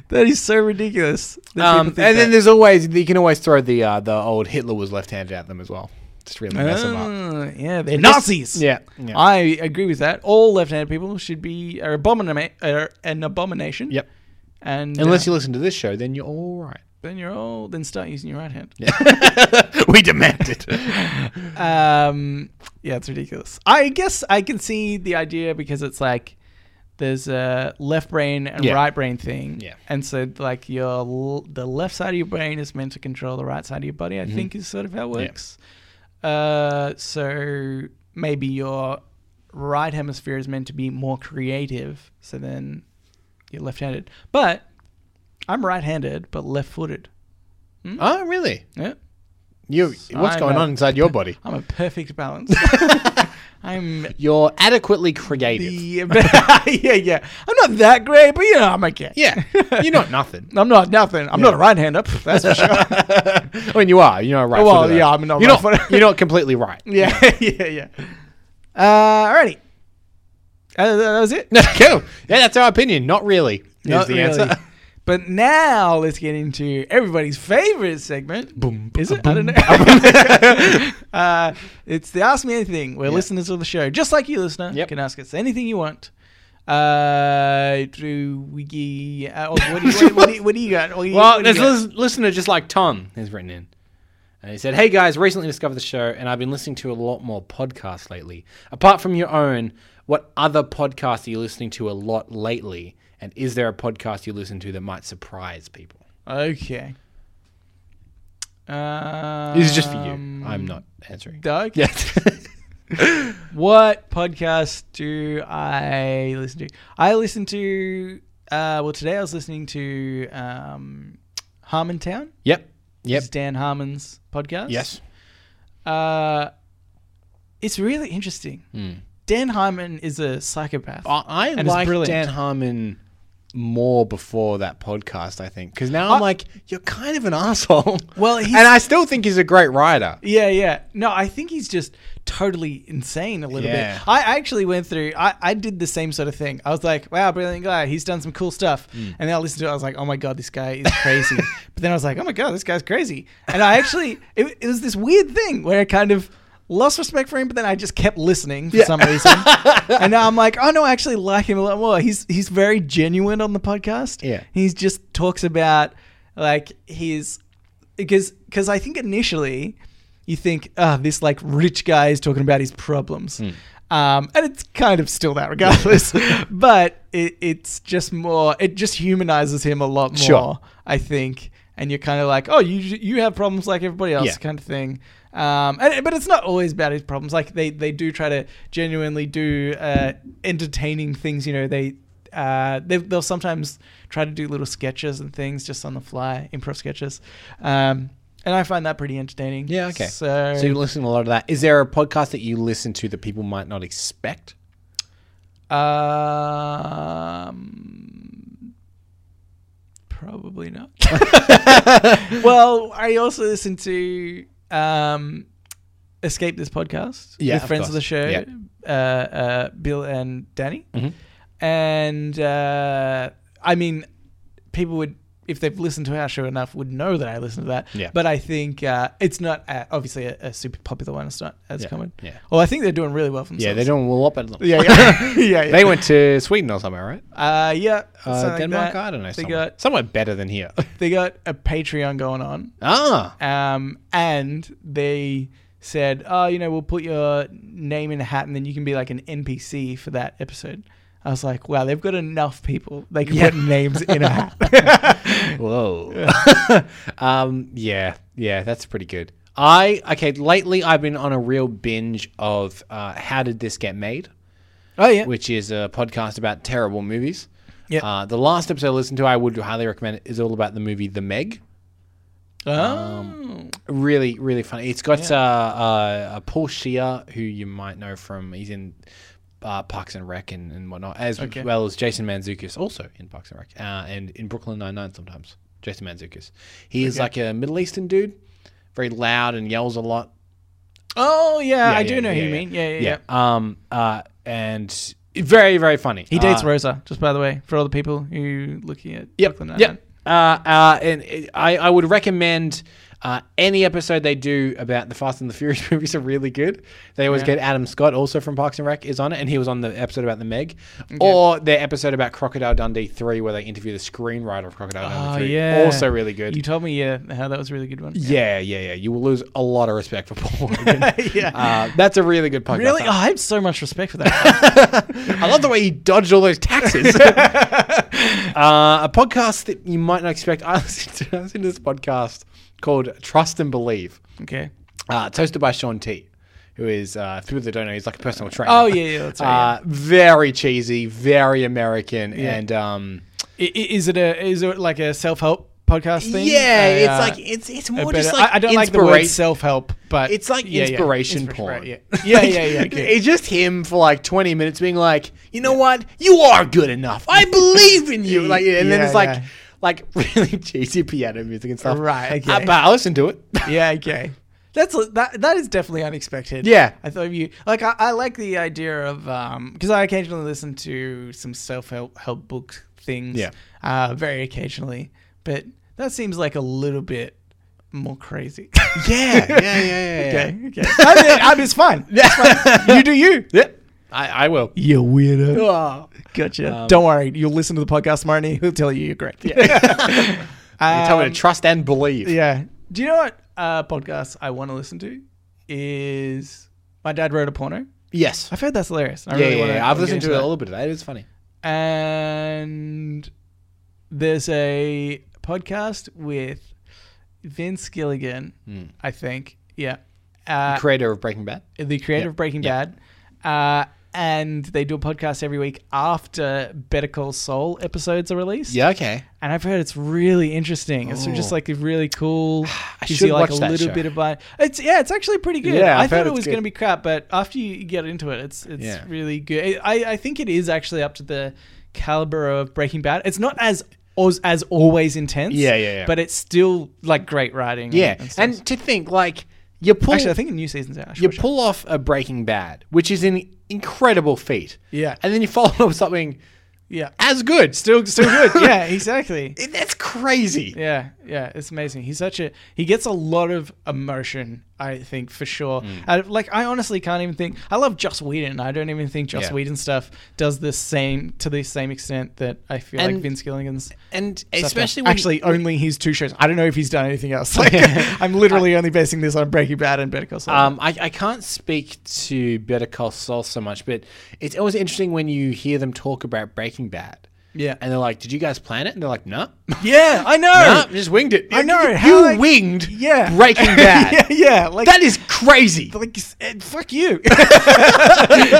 A: That is so ridiculous. that people
B: Um,
A: think
B: and then
A: that.
B: there's always you can always throw the uh, the old Hitler was left-handed at them as well. Just really mess them up.
A: Ah, Yeah, they're Nazis.
B: Yeah, yeah.
A: I agree with that. All left-handed people should be are abomina- are an abomination.
B: Yep.
A: And
B: Unless
A: uh,
B: you listen to this show, then you're all right.
A: then you're all then start using your right hand.
B: we demand it.
A: Um, yeah, it's ridiculous. I guess I can see the idea because it's like there's a left brain and
B: Yeah.
A: right brain thing.
B: Yeah.
A: And so like your l- the left side of your brain is meant to control the right side of your body. I
B: Mm-hmm.
A: think is sort of how it works. Uh, so maybe your right hemisphere is meant to be more creative. So then you're left-handed. But I'm right-handed, but left-footed.
B: oh, really?
A: Yeah.
B: You? What's
A: I'm
B: going
A: a-
B: on inside your body?
A: I'm a perfect balance. I'm
B: You're adequately creative.
A: Yeah, but- yeah, yeah. I'm not that great, but you know, I'm okay.
B: yeah, you're not nothing.
A: I'm not nothing. I'm not a right hander. That's for sure.
B: I mean, you are. You're not right.
A: Well,
B: footed, though.
A: yeah, I'm not
B: You're
A: right
B: not.
A: footed.
B: You're not completely right.
A: yeah, yeah, yeah. Uh, alrighty. Uh, that was it.
B: cool. Yeah, that's our opinion. Not really. Is
A: Not
B: the
A: really.
B: answer.
A: But now let's get into everybody's favorite segment.
B: Boom,
A: Is it? I don't know. uh, it's the Ask Me Anything, where listeners of the show, just like you, listener,
B: Yep.
A: can ask us anything you want. Uh, do we? Uh, what, do you, what, do you, what do you got? What do you-
B: Well,
A: what do you
B: there's
A: got?
B: a listener just like Tom has written in. And he said, Hey guys, recently discovered the show, and I've been listening to a lot more podcasts lately. Apart from your own, what other podcasts are you listening to a lot lately? And is there a podcast you listen to that might surprise people?
A: Okay. Um,
B: This is just for you. I'm not answering.
A: Doug,
B: Yes.
A: what podcast do I listen to? I listen to. Uh, well, today I was listening to um, Harmontown.
B: yep. Yep.
A: It's Dan Harmon's podcast.
B: Yes.
A: Uh, it's really interesting.
B: Hmm.
A: Dan Harmon is a psychopath.
B: I, I
A: And it's
B: like
A: brilliant.
B: Dan Harmon more before that podcast, I think, because now I'm
A: I-
B: like, you're kind of an asshole.
A: Well, he's-
B: and I still think he's a great writer.
A: Yeah, yeah. No, I think he's just totally insane a little
B: Yeah.
A: bit. I actually went through, I, I did the same sort of thing. I was like, wow, brilliant guy. He's done some cool stuff.
B: Mm.
A: And then I listened to it. I was like, oh my God, this guy is crazy. but then I was like, oh my God, this guy's crazy. And I actually, it, it was this weird thing where I kind of lost respect for him, but then I just kept listening for some reason. and now I'm like, oh no, I actually like him a lot more. He's, he's very genuine on the podcast.
B: Yeah.
A: He just talks about like his because because I think initially you think ah this like rich guy is talking about his problems, um, and it's kind of still that regardless, but it, it's just more it just humanizes him a lot more.
B: Sure.
A: I think, and you're kind of like oh you you have problems like everybody else
B: Yeah.
A: kind of thing. Um, and, but it's not always about his problems. Like they, they do try to genuinely do uh, entertaining things. You know, they uh, they, they'll sometimes try to do little sketches and things just on the fly, improv sketches. Um, and I find that pretty entertaining.
B: Yeah, okay.
A: So,
B: So you listen to a lot of that. Is there a podcast that you listen to that people might not expect?
A: um, probably not. well, I also listen to um, Escape This Podcast
B: Yeah,
A: with
B: of
A: friends
B: course.
A: of the show,
B: Yeah.
A: uh, uh, Bill and Danny.
B: Mm-hmm.
A: And uh, I mean, people would, if they've listened to our show enough, would know that I listen to that.
B: Yeah.
A: But I think uh, it's not uh, obviously a, a super popular one. It's not as
B: Yeah,
A: common.
B: yeah.
A: Well, I think they're doing really well for themselves.
B: Yeah, they're doing a lot better.
A: Yeah, yeah, yeah, yeah.
B: They went to Sweden or somewhere, right?
A: Uh, yeah, something
B: Uh,
A: like
B: Denmark?
A: that.
B: I don't know.
A: They
B: Somewhere.
A: got
B: somewhere better than here.
A: they got a Patreon going on,
B: ah.
A: um, and they said, "Oh, you know, we'll put your name in a hat, and then you can be like an NPC for that episode." I was like, "Wow, they've got enough people. They can put names in a hat."
B: Whoa. um, yeah, yeah, that's pretty good. I okay. Lately, I've been on a real binge of uh, how did this get made,
A: oh yeah,
B: which is a podcast about terrible movies.
A: Yep.
B: Uh, the last episode I listened to, I would highly recommend. It, is all about the movie The Meg.
A: oh,
B: um, Really, really funny. It's got uh, uh, uh, Paul Shear, who you might know from he's in uh, Parks and Rec and, and whatnot, as well as Jason Manzukis, also in Parks and Rec, uh, and in Brooklyn Nine Nine sometimes. Jason Manzukis. He is like a Middle Eastern dude, very loud and yells a lot.
A: oh yeah,
B: Yeah,
A: I do
B: yeah,
A: know who
B: yeah,
A: you
B: yeah.
A: mean. Yeah, yeah, yeah.
B: Um. Uh. And very, very funny.
A: He dates
B: Uh,
A: Rosa, just by the way, for all the people who looking at
B: Yep.
A: Brooklyn
B: Yep.
A: Nine-Nine.
B: Uh, uh, and it, I, I would recommend uh, any episode they do about the Fast and the Furious movies are really good. They always get Adam Scott, also from Parks and Rec, is on it, and he was on the episode about the Meg, or their episode about Crocodile Dundee three, where they interview the screenwriter of Crocodile
A: Oh
B: Dundee three.
A: yeah,
B: Also really good.
A: You told me yeah how that was a really good one.
B: yeah, yeah, yeah. You will lose a lot of respect for Paul. Hogan.
A: Yeah.
B: uh, that's a really good podcast.
A: Really? Oh,
B: I,
A: I have so much respect for that.
B: I love the way he dodged all those taxes. Uh, a podcast that you might not expect. I listened to, I listened to this podcast called Trust and Believe.
A: okay.
B: Uh, it's hosted by Sean T, who is, uh, for people that don't know, he's like a personal trainer.
A: Oh, yeah, yeah, that's right,
B: Uh, very cheesy, very American, and um,
A: I- i- Is it a is it like a self help podcast thing?
B: yeah,
A: Uh,
B: it's like it's it's
A: a
B: more
A: bit
B: just
A: of-
B: like
A: I, I don't like the word
B: inspira-
A: self help, but
B: It's like
A: yeah, yeah.
B: inspiration
A: Inspira-
B: porn.
A: right, Yeah, yeah, yeah. yeah,
B: Like,
A: okay.
B: It's just him for like 20 minutes being like, you know what? You are good enough. I believe in you. Like, and then
A: Yeah,
B: it's like,
A: yeah.
B: like really cheesy piano music and stuff.
A: Right,
B: Uh,
A: okay.
B: but I listen to it.
A: yeah, okay. That's that. That is definitely unexpected.
B: Yeah.
A: I thought you like. I, I like the idea of um because I occasionally listen to some self help help book things.
B: Yeah.
A: uh, very occasionally, but that seems like a little bit more crazy.
B: yeah, yeah, yeah, yeah. yeah.
A: okay, okay. I mean, I mean, it's fine. It's fine. You do you.
B: Yeah. I, I will.
A: You weirdo.
B: Oh.
A: Gotcha. Don't worry. You'll listen to the podcast tomorrow and he'll tell you you're great. Yeah.
B: you tell me to trust and believe.
A: yeah. Do you know what uh, podcast I want to listen to? Is My Dad Wrote a Porno.
B: Yes.
A: I've heard that's hilarious. I
B: Yeah,
A: really
B: yeah,
A: want
B: yeah. I've listened to it a little bit of that. It is funny.
A: And there's a podcast with Vince Gilligan,
B: Hmm.
A: I think. Yeah. Uh,
B: Creator of Breaking Bad.
A: the creator of Breaking Bad. Uh, and they do a podcast every week after Better Call Saul episodes are released.
B: Yeah, okay.
A: and I've heard it's really interesting. It's just like a really cool. I
B: Oh. should
A: like
B: watch
A: a
B: that
A: little
B: show.
A: bit about it's yeah, it's actually pretty good.
B: Yeah,
A: I
B: I've
A: thought
B: heard
A: it
B: it's
A: was
B: good.
A: going to be crap, but after you get into it, it's it's
B: Yeah.
A: really good. I I think it is actually up to the caliber of Breaking Bad. It's not as as, as always intense.
B: Yeah, yeah, yeah.
A: But it's still like great writing.
B: Yeah.
A: and, stuff.
B: And to think, like, you pull.
A: actually, I think a new season's out. I should
B: you
A: watch it.
B: pull off a Breaking Bad, which is an incredible feat.
A: Yeah.
B: And then you follow it up with something
A: yeah,
B: as good. Still, still good.
A: yeah, exactly.
B: That's crazy.
A: Yeah, yeah, it's amazing. He's such a he gets a lot of emotion. I think for sure. I, like I honestly can't even think. I love Joss Whedon. I don't even think Joss
B: Yeah.
A: Whedon stuff does the same to the same extent that I feel like
B: And-
A: Vince Gilligan's. stuff
B: And
A: does.
B: especially when
A: actually only his two shows. I don't know if he's done anything else. Like, I'm
B: Uh,
A: literally only basing this on Breaking Bad and Better Call Saul.
B: um, I, I can't speak to Better Call Saul so much, but it's always interesting when you hear them talk about Breaking Bad
A: Yeah.
B: And they're like, "Did you guys plan it?" And they're like, "No, nah.
A: Yeah, I know.
B: Nah, just winged it."
A: I know,
B: You,
A: how I-
B: winged.
A: Yeah.
B: Breaking Bad.
A: yeah, yeah. Like
B: That is crazy.
A: like s- eh, fuck you.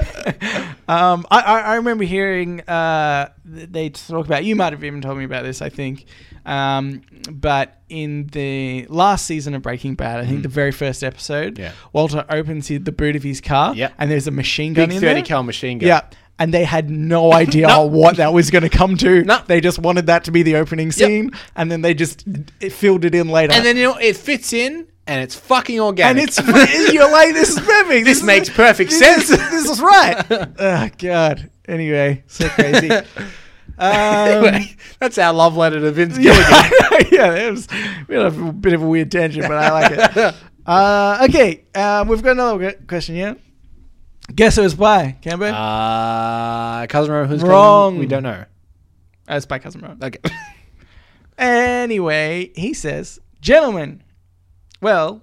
A: um, I, I I remember hearing uh, th- they talk about. You might have even told me about this. I think, um, but in the last season of Breaking Bad, I think the very first episode,
B: Hmm. Yeah.
A: Walter opens his, the boot of his car,
B: Yep.
A: and there's a machine gun
B: Big
A: in
B: thirty
A: there.
B: cal machine gun.
A: yeah. And they had no idea
B: No.
A: what that was going to come to.
B: No.
A: They just wanted that to be the opening scene, and then they just it filled it in later.
B: And then you know it fits in, and it's fucking organic.
A: and it's you're like this is perfect.
B: This
A: is-
B: makes perfect
A: this
B: sense.
A: Is, this is right. oh god. Anyway, so crazy. Um,
B: Anyway, that's our love letter to Vince Gilligan.
A: yeah, yeah, that was we had a bit of a weird tangent, but I like it. Uh, okay, um, we've got another que- question here. Guess it was by Cambo. Uh,
B: Uh, I can't remember who's
A: Wrong.
B: We don't know.
A: Uh, it's by Cousin Rowan.
B: Okay.
A: Anyway, he says, Gentlemen, well,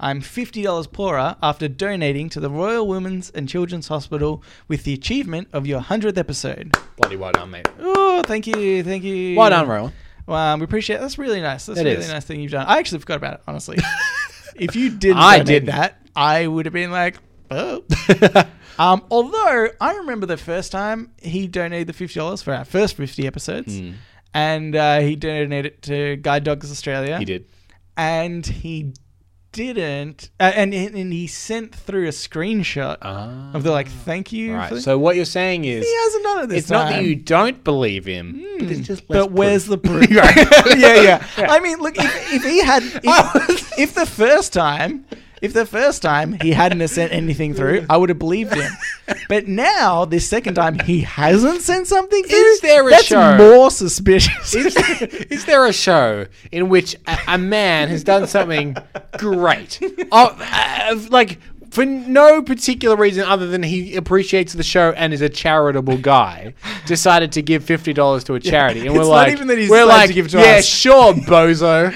A: I'm $50 poorer after donating to the Royal Women's and Children's Hospital with the achievement of your 100th episode.
B: Bloody well done, mate.
A: Oh, thank you, thank you.
B: Well done, Rowan.
A: Um, we appreciate it. That's really nice. That's a
B: It
A: really
B: is.
A: nice thing you've done. I actually forgot about it, honestly. if you didn't
B: I
A: donate
B: didn't.
A: that, I would have been like, oh. um, although I remember the first time he donated the fifty dollars for our first fifty episodes,
B: Hmm.
A: and uh, he donated it to Guide Dogs Australia.
B: He did.
A: and he didn't, uh, and and he sent through a screenshot
B: Ah.
A: of the like, thank you.
B: Right.
A: for the-"
B: So what you're saying is,
A: he hasn't done it this
B: it's not that
A: time. Hmm.
B: you don't believe him, but it's just less
A: But where's
B: proof.
A: the proof? yeah, yeah, I mean, look, if, if he had, if, if the first time, if the first time he hadn't have sent anything through, I would have believed him. But now, this second time, he hasn't sent something through.
B: Is there a
A: That's
B: show?
A: more suspicious.
B: Is there, is there a show in which a, a man has done something great? Oh, uh, like for no particular reason other than he appreciates the show and is a charitable guy, decided to give fifty dollars to a charity, and
A: it's
B: we're
A: not
B: like,
A: even that he's
B: we're
A: decided
B: like,
A: to give it to
B: yeah,
A: us."
B: sure, bozo.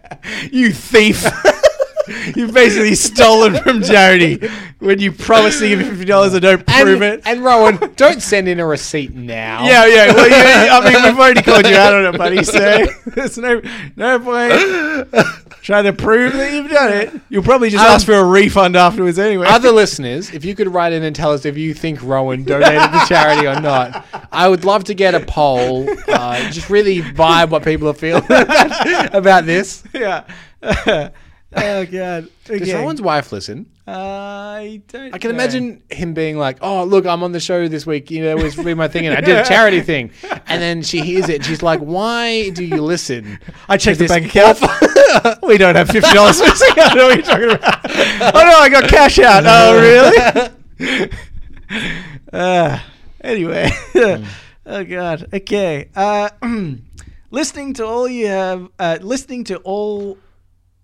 A: You thief! You've basically stolen from charity when you promise to give fifty dollars and don't
B: And,
A: prove it.
B: and Rowan, don't send in a receipt now.
A: Yeah, yeah. Well, yeah, I mean, we've already called you out on it, buddy. So there's no no point trying to prove that you've done it. You'll probably just
B: Um,
A: ask for a refund afterwards anyway.
B: Other listeners, if you could write in and tell us if you think Rowan donated to charity or not, I would love to get a poll. Uh, just really vibe what people are feeling about, about this.
A: yeah. oh god.
B: Does
A: Okay.
B: Rowan's wife listen?
A: I don't.
B: I can imagine him being like, "Oh, look, I'm on the show this week. You know, it was really my thing, and I did a charity thing." And then she hears it, and she's like, "Why do you listen?"
A: I checked
B: to
A: the
B: this
A: bank account. we don't have fifty dollars missing. I don't know what you're talking about. Oh no, I got cash out. Oh really? uh, anyway. oh god. Okay. Uh, listening to all you have, uh, listening to all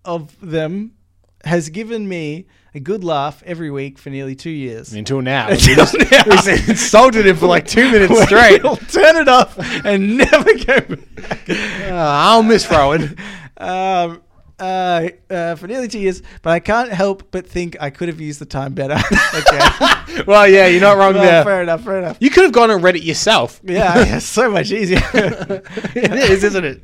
A: of them, has given me a good laugh every week for nearly two years.
B: Until now, we
A: Until
B: just-
A: now.
B: we just insulted him for like two minutes
A: We'll
B: straight.
A: turn it off and never go back.
B: Uh, I'll miss Rowan.
A: um, uh, uh, for nearly two years, but I can't help but think I could have used the time better. okay.
B: Well, yeah, you're not wrong
A: Well,
B: there.
A: Fair enough, fair enough.
B: You could have gone and read it yourself.
A: Yeah, yeah, so much easier.
B: it is, isn't it?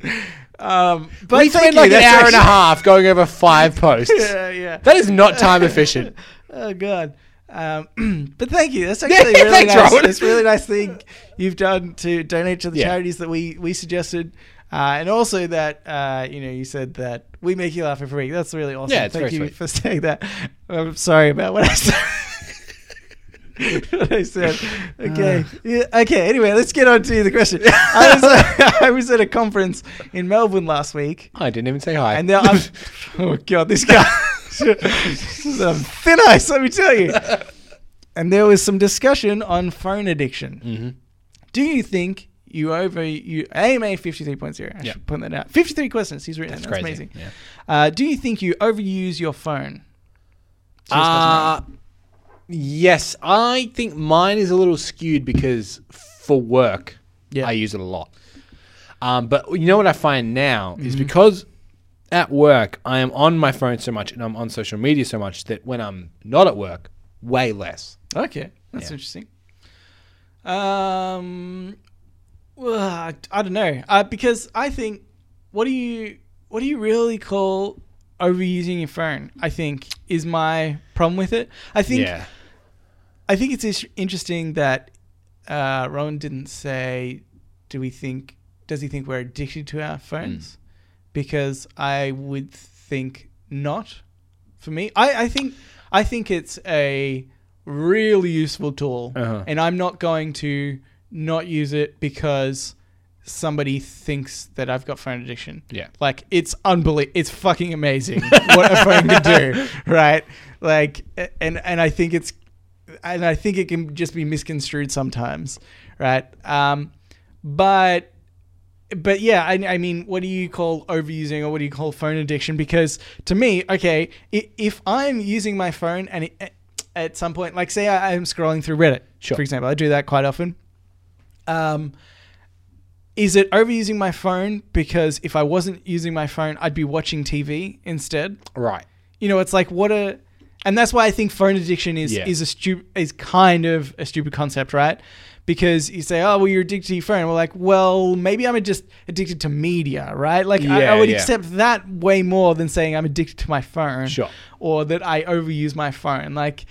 A: Um, but
B: we
A: thank
B: spent
A: you,
B: like an
A: that's
B: hour and a
A: actually-
B: half going over five posts.
A: Yeah, yeah.
B: That is not time efficient.
A: oh god. Um, but thank you. That's actually
B: Yeah,
A: really
B: thanks,
A: nice.
B: Rowan.
A: It's a really nice thing you've done to donate to the
B: Yeah.
A: charities that we we suggested, uh, and also that uh, you know you said that we make you laugh every week. That's really awesome.
B: Yeah, it's
A: thank
B: very
A: you
B: sweet.
A: for saying that. I'm sorry about what I said. what I said. Okay.
B: Uh.
A: Yeah, okay. Anyway, let's get on to the question. I was, I was at a conference in Melbourne last week.
B: I didn't even say hi.
A: And now I'm. oh god, this guy. this is on thin ice. Let me tell you. And there was some discussion on phone addiction. Do you think you over you AMA fifty three point zero? I
B: Yeah.
A: should point that out. Fifty three questions. He's written. That's,
B: crazy.
A: amazing.
B: Yeah.
A: Uh, do you think you overuse your phone?
B: Uh, yes, I think mine is a little skewed because for work,
A: Yeah.
B: I use it a lot. Um, but you know what I find now is
A: Mm-hmm.
B: because at work I am on my phone so much and I'm on social media so much that when I'm not at work, way less.
A: Okay, that's
B: Yeah.
A: interesting. Um, Well, I, I don't know uh, because I think what do you what do you really call overusing your phone? I think is my problem with it. I think
B: yeah.
A: I think it's is- interesting that uh, Rowan didn't say, "Do we think? Does he think we're addicted to our
B: Mm.
A: phones?" Because I would think not. For me, I, I think I think it's a really useful tool,
B: Uh-huh.
A: and I'm not going to not use it because somebody thinks that I've got phone addiction.
B: Yeah.
A: Like it's unbelievable. It's fucking amazing what a phone can do, right? Like, a- and and I think it's, and I think it can just be misconstrued sometimes, right? Um, but, but yeah, I, I mean, what do you call overusing or what do you call phone addiction? Because to me, okay, i- if I'm using my phone and it, at some point, like say I am scrolling through Reddit,
B: Sure.
A: for example, I do that quite often. Um, is it overusing my phone because if I wasn't using my phone, I'd be watching TV instead?
B: Right.
A: You know, it's like what a, and that's why I think phone addiction is
B: Yeah.
A: is a stu- is kind of a stupid concept, right? Because you say, oh, well, you're addicted to your phone. We're like, well, maybe I'm just addicted to media, right? Like, I, I
B: Yeah,
A: would
B: yeah.
A: accept that way more than saying I'm addicted to my phone
B: Sure.
A: or that I overuse my phone. Like,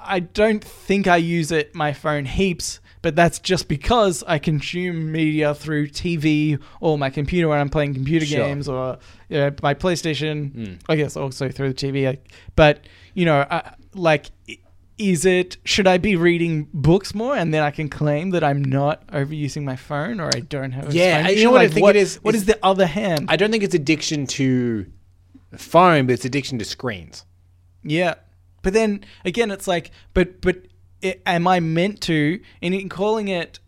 A: I don't think I use it my phone heaps, but that's just because I consume media through TV or my computer when I'm playing computer
B: Sure. Hmm.
A: games or you know, my PlayStation. I guess also through the TV. like- But you know, I, like, i- is it should I be reading books more, and then I can claim that I'm not overusing my phone or I don't have? A
B: Yeah,
A: phone
B: you
A: addiction?
B: know what I
A: Like,
B: think it is?
A: What
B: It's-
A: is the other hand?
B: I don't think it's addiction to phone, but it's addiction to screens.
A: Yeah, but then again, it's like, but but i am I meant to? And in calling it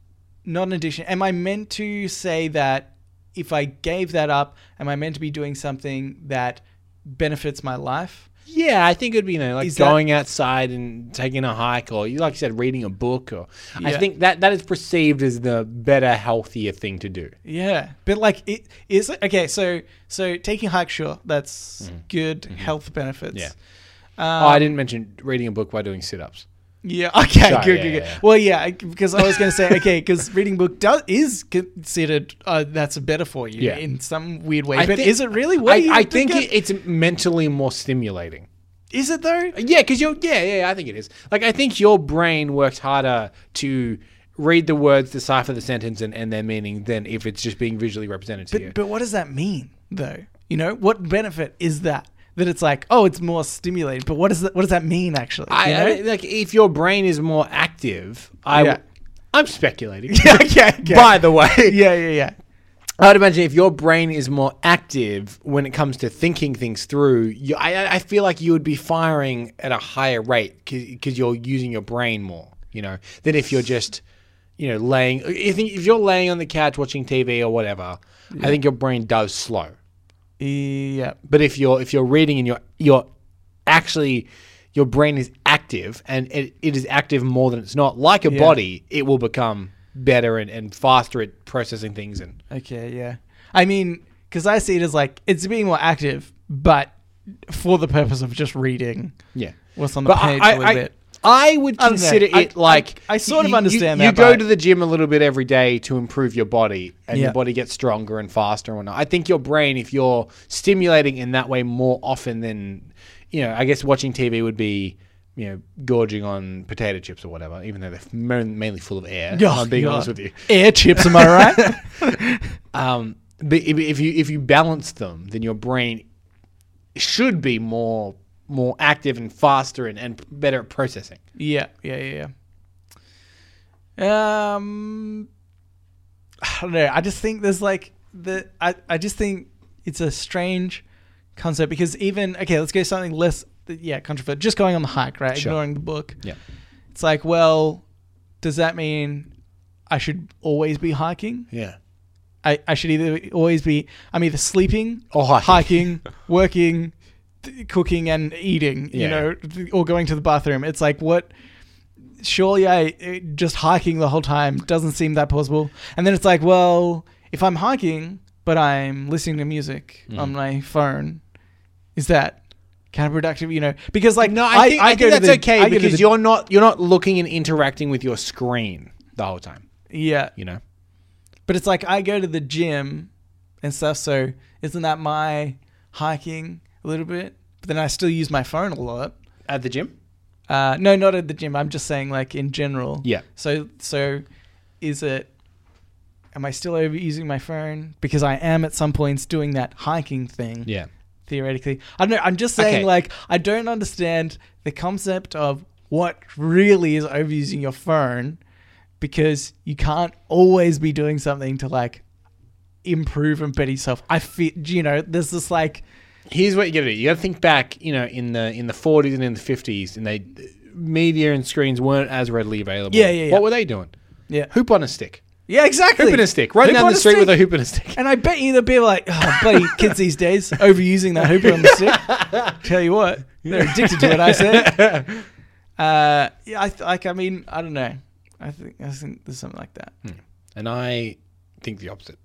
A: not an addiction, am I meant to say that if I gave that up, am I meant to be doing something that benefits my life?
B: Yeah, I think it'd be you know like
A: Is that-
B: going outside and taking a hike, or you like you said, reading a book, or I
A: Yeah.
B: think that that is perceived as the better, healthier thing to do.
A: Yeah, but like it is it okay. So so taking a hike, sure, that's good health benefits.
B: Yeah.
A: Um,
B: oh, I didn't mention reading a book while doing sit-ups.
A: Yeah. Okay.
B: Sure,
A: good.
B: yeah,
A: good.
B: yeah,
A: good.
B: yeah.
A: Well, yeah, I- because I was going to say, okay, because reading book does is considered uh, that's better for you
B: Yeah.
A: in some weird way.
B: I
A: but
B: thi-
A: is it really? What
B: I,
A: do you
B: I think
A: it,
B: it, it's mentally more stimulating.
A: is it though?
B: Yeah, because you're yeah yeah I think it is. Like I think your brain works harder to read the words, decipher the sentence, and, and their meaning than if it's just being visually represented to you.
A: But, but what does that mean though? You know, what benefit is that? That it's like, oh, it's more stimulating. But what does that? What does that mean actually?
B: I,
A: you know?
B: I- like if your brain is more active, I
A: Yeah.
B: am speculating.
A: okay. okay.
B: By the way,
A: yeah, yeah, yeah.
B: I would imagine if your brain is more active when it comes to thinking things through, you, I, I- I feel like you would be firing at a higher rate because you're using your brain more, you know, than if you're just, you know, laying. I think if you're laying on the couch watching TV or whatever, I think your brain does slow.
A: Yeah.
B: But if you're if you're reading and you're you're actually your brain is active and it, it is active more than it's not. Like a body, it will become better and, and faster at processing things and
A: Okay, yeah. I mean, because I see it as like it's being more active, but for the purpose of just reading
B: yeah.
A: what's on the
B: But I,
A: page a
B: I,
A: little
B: I,
A: bit.
B: I would
A: don't know.
B: consider
A: I-
B: it like
A: I- I sort of
B: you- you-
A: understand
B: You,
A: that,
B: go
A: but-
B: to the gym a little bit every day to improve your body, and
A: Yeah.
B: your body gets stronger and faster and whatnot. I think your brain, if you're stimulating in that way more often than, you know, I guess watching TV would be, you know, gorging on potato chips or whatever, even though they're ma- mainly full of air. if I'm being
A: God.
B: honest with you.
A: Air chips, am I right?
B: Um, but if, if you if you balance them, then your brain should be more more active and faster and, and better at processing.
A: yeah, yeah, yeah, yeah. Um, I don't know. I just think there's like the I, I just think it's a strange concept because even okay, let's go something less yeah controversial. Just going on the hike, right?
B: Sure.
A: Ignoring the book.
B: Yeah.
A: It's like, well, does that mean I should always be hiking?
B: Yeah.
A: I, I should either always be I'm either sleeping
B: Or hiking.
A: hiking working, th- cooking and eating. You
B: Yeah.
A: know, th- or going to the bathroom. It's like what? Surely, I it- just hiking the whole time doesn't seem that possible. And then it's like, well, if I'm hiking but I'm listening to music
B: Mm.
A: on my phone, is that counterproductive? You know, because like
B: No, I, think, I,
A: go
B: think
A: to
B: that's
A: the- I
B: okay
A: go to
B: because
A: the-
B: you're not you're not looking and interacting with your screen the whole time.
A: yeah.
B: You know,
A: But it's like I go to the gym and stuff, so isn't that my hiking a little bit? But then I still use my phone a lot.
B: At the gym?
A: Uh, no, not at the gym. I'm just saying, like in general.
B: Yeah.
A: So, so is it? Am I still overusing my phone because I am at some points doing that hiking thing?
B: Yeah.
A: Theoretically, I don't know. I'm just saying,
B: Okay.
A: like, I don't understand the concept of what really is overusing your phone because you can't always be doing something to like improve and better yourself. I feel, you know, there's this like,
B: Here's what you got to do. You got to think back, you know, in the in the 40s and in the 50s, and they media and screens weren't as readily available.
A: Yeah, yeah, yeah.
B: What were they doing?
A: yeah,
B: Hoop on a stick.
A: yeah, exactly.
B: Hoop on a stick. Running
A: Hoop
B: down
A: on
B: the street
A: stick.
B: with a hoop and a stick.
A: And I bet you there'll be like, oh, bloody kids these days overusing that hoop on the stick. Tell you what, they're addicted to it. I say. Uh, yeah, I th- like. I mean, I don't know. I think I think there's something like that.
B: And I think the opposite.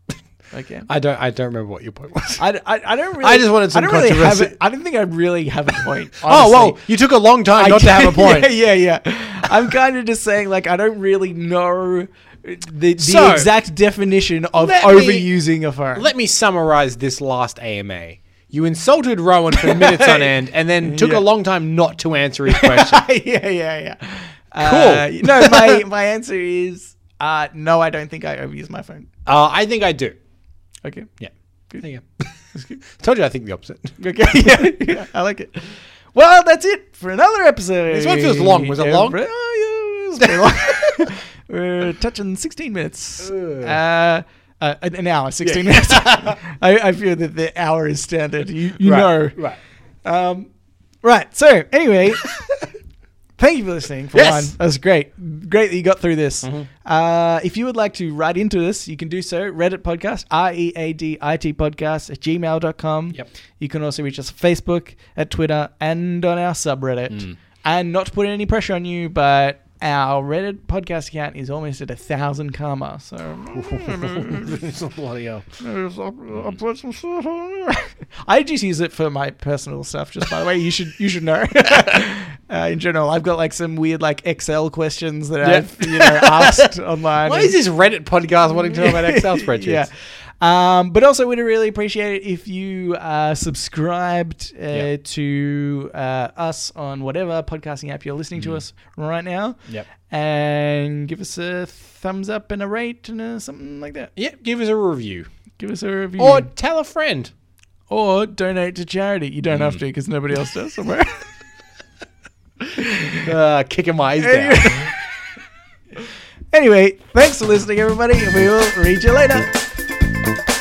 A: Okay.
B: I don't. I don't remember what your point was.
A: I, I, I don't really.
B: just wanted some
A: I don't really have
B: controversy.
A: it. I don't think I really have a point.
B: oh well,
A: honestly.
B: you took a long time
A: I
B: not to have a
A: can't-
B: point.
A: Yeah, yeah, yeah. I'm kind of just saying, like, I don't really know the, the
B: So,
A: exact definition of
B: let me-
A: overusing a phone.
B: Let me summarize this last AMA. You insulted Rowan for minutes on end, and then took
A: Yeah.
B: a long time not to answer his question.
A: yeah, yeah, yeah. Uh, no, my my answer is uh, no. I don't think I overuse my phone.
B: uh, I think I do.
A: Okay.
B: Yeah. There you go. Told you I think the opposite.
A: Okay. yeah, yeah, I like it. Well, that's it for another episode.
B: This one feels long. Was it long?
A: Every- oh, yeah, it was pretty long. We're touching sixteen minutes. Uh, uh, an an hour, sixteen minutes. I, I feel that the hour is standard. You, you know,
B: Right.
A: Um, right. So anyway, thank you for listening. For
B: Yes. Mm-hmm.
A: one, that was great. Great that you got through this. Uh, if you would like to write into this, you can do so. Reddit podcast, R E A D I T podcast at gmail.com.
B: Yep.
A: You can also reach us on Facebook, at Twitter, and on our subreddit.
B: Mm.
A: And not to put any pressure on you, but our Reddit podcast account is almost at a thousand karma. So mm,
B: Bloody hell.
A: Hmm. I just use it for my personal stuff. Just by the way, you should you should know. uh, in general, I've got like some weird like Excel questions that
B: Yep.
A: I've you know asked online.
B: Why
A: and-
B: is this Reddit podcast wanting to know about Excel spreadsheets?
A: yeah. Um, but also, we'd really appreciate it if you uh, subscribed uh,
B: Yeah.
A: to uh, us on whatever podcasting app you're listening
B: Mm-hmm.
A: to us right now.
B: Yep.
A: And give us a thumbs up and a rate and a, something like that.
B: Yep. Give us a review
A: Give us a review.
B: or tell a friend.
A: or donate to charity. You don't have to because nobody else does. Somewhere.
B: Uh, kicking my eyes down.
A: anyway, thanks for listening, everybody, and we will read you later.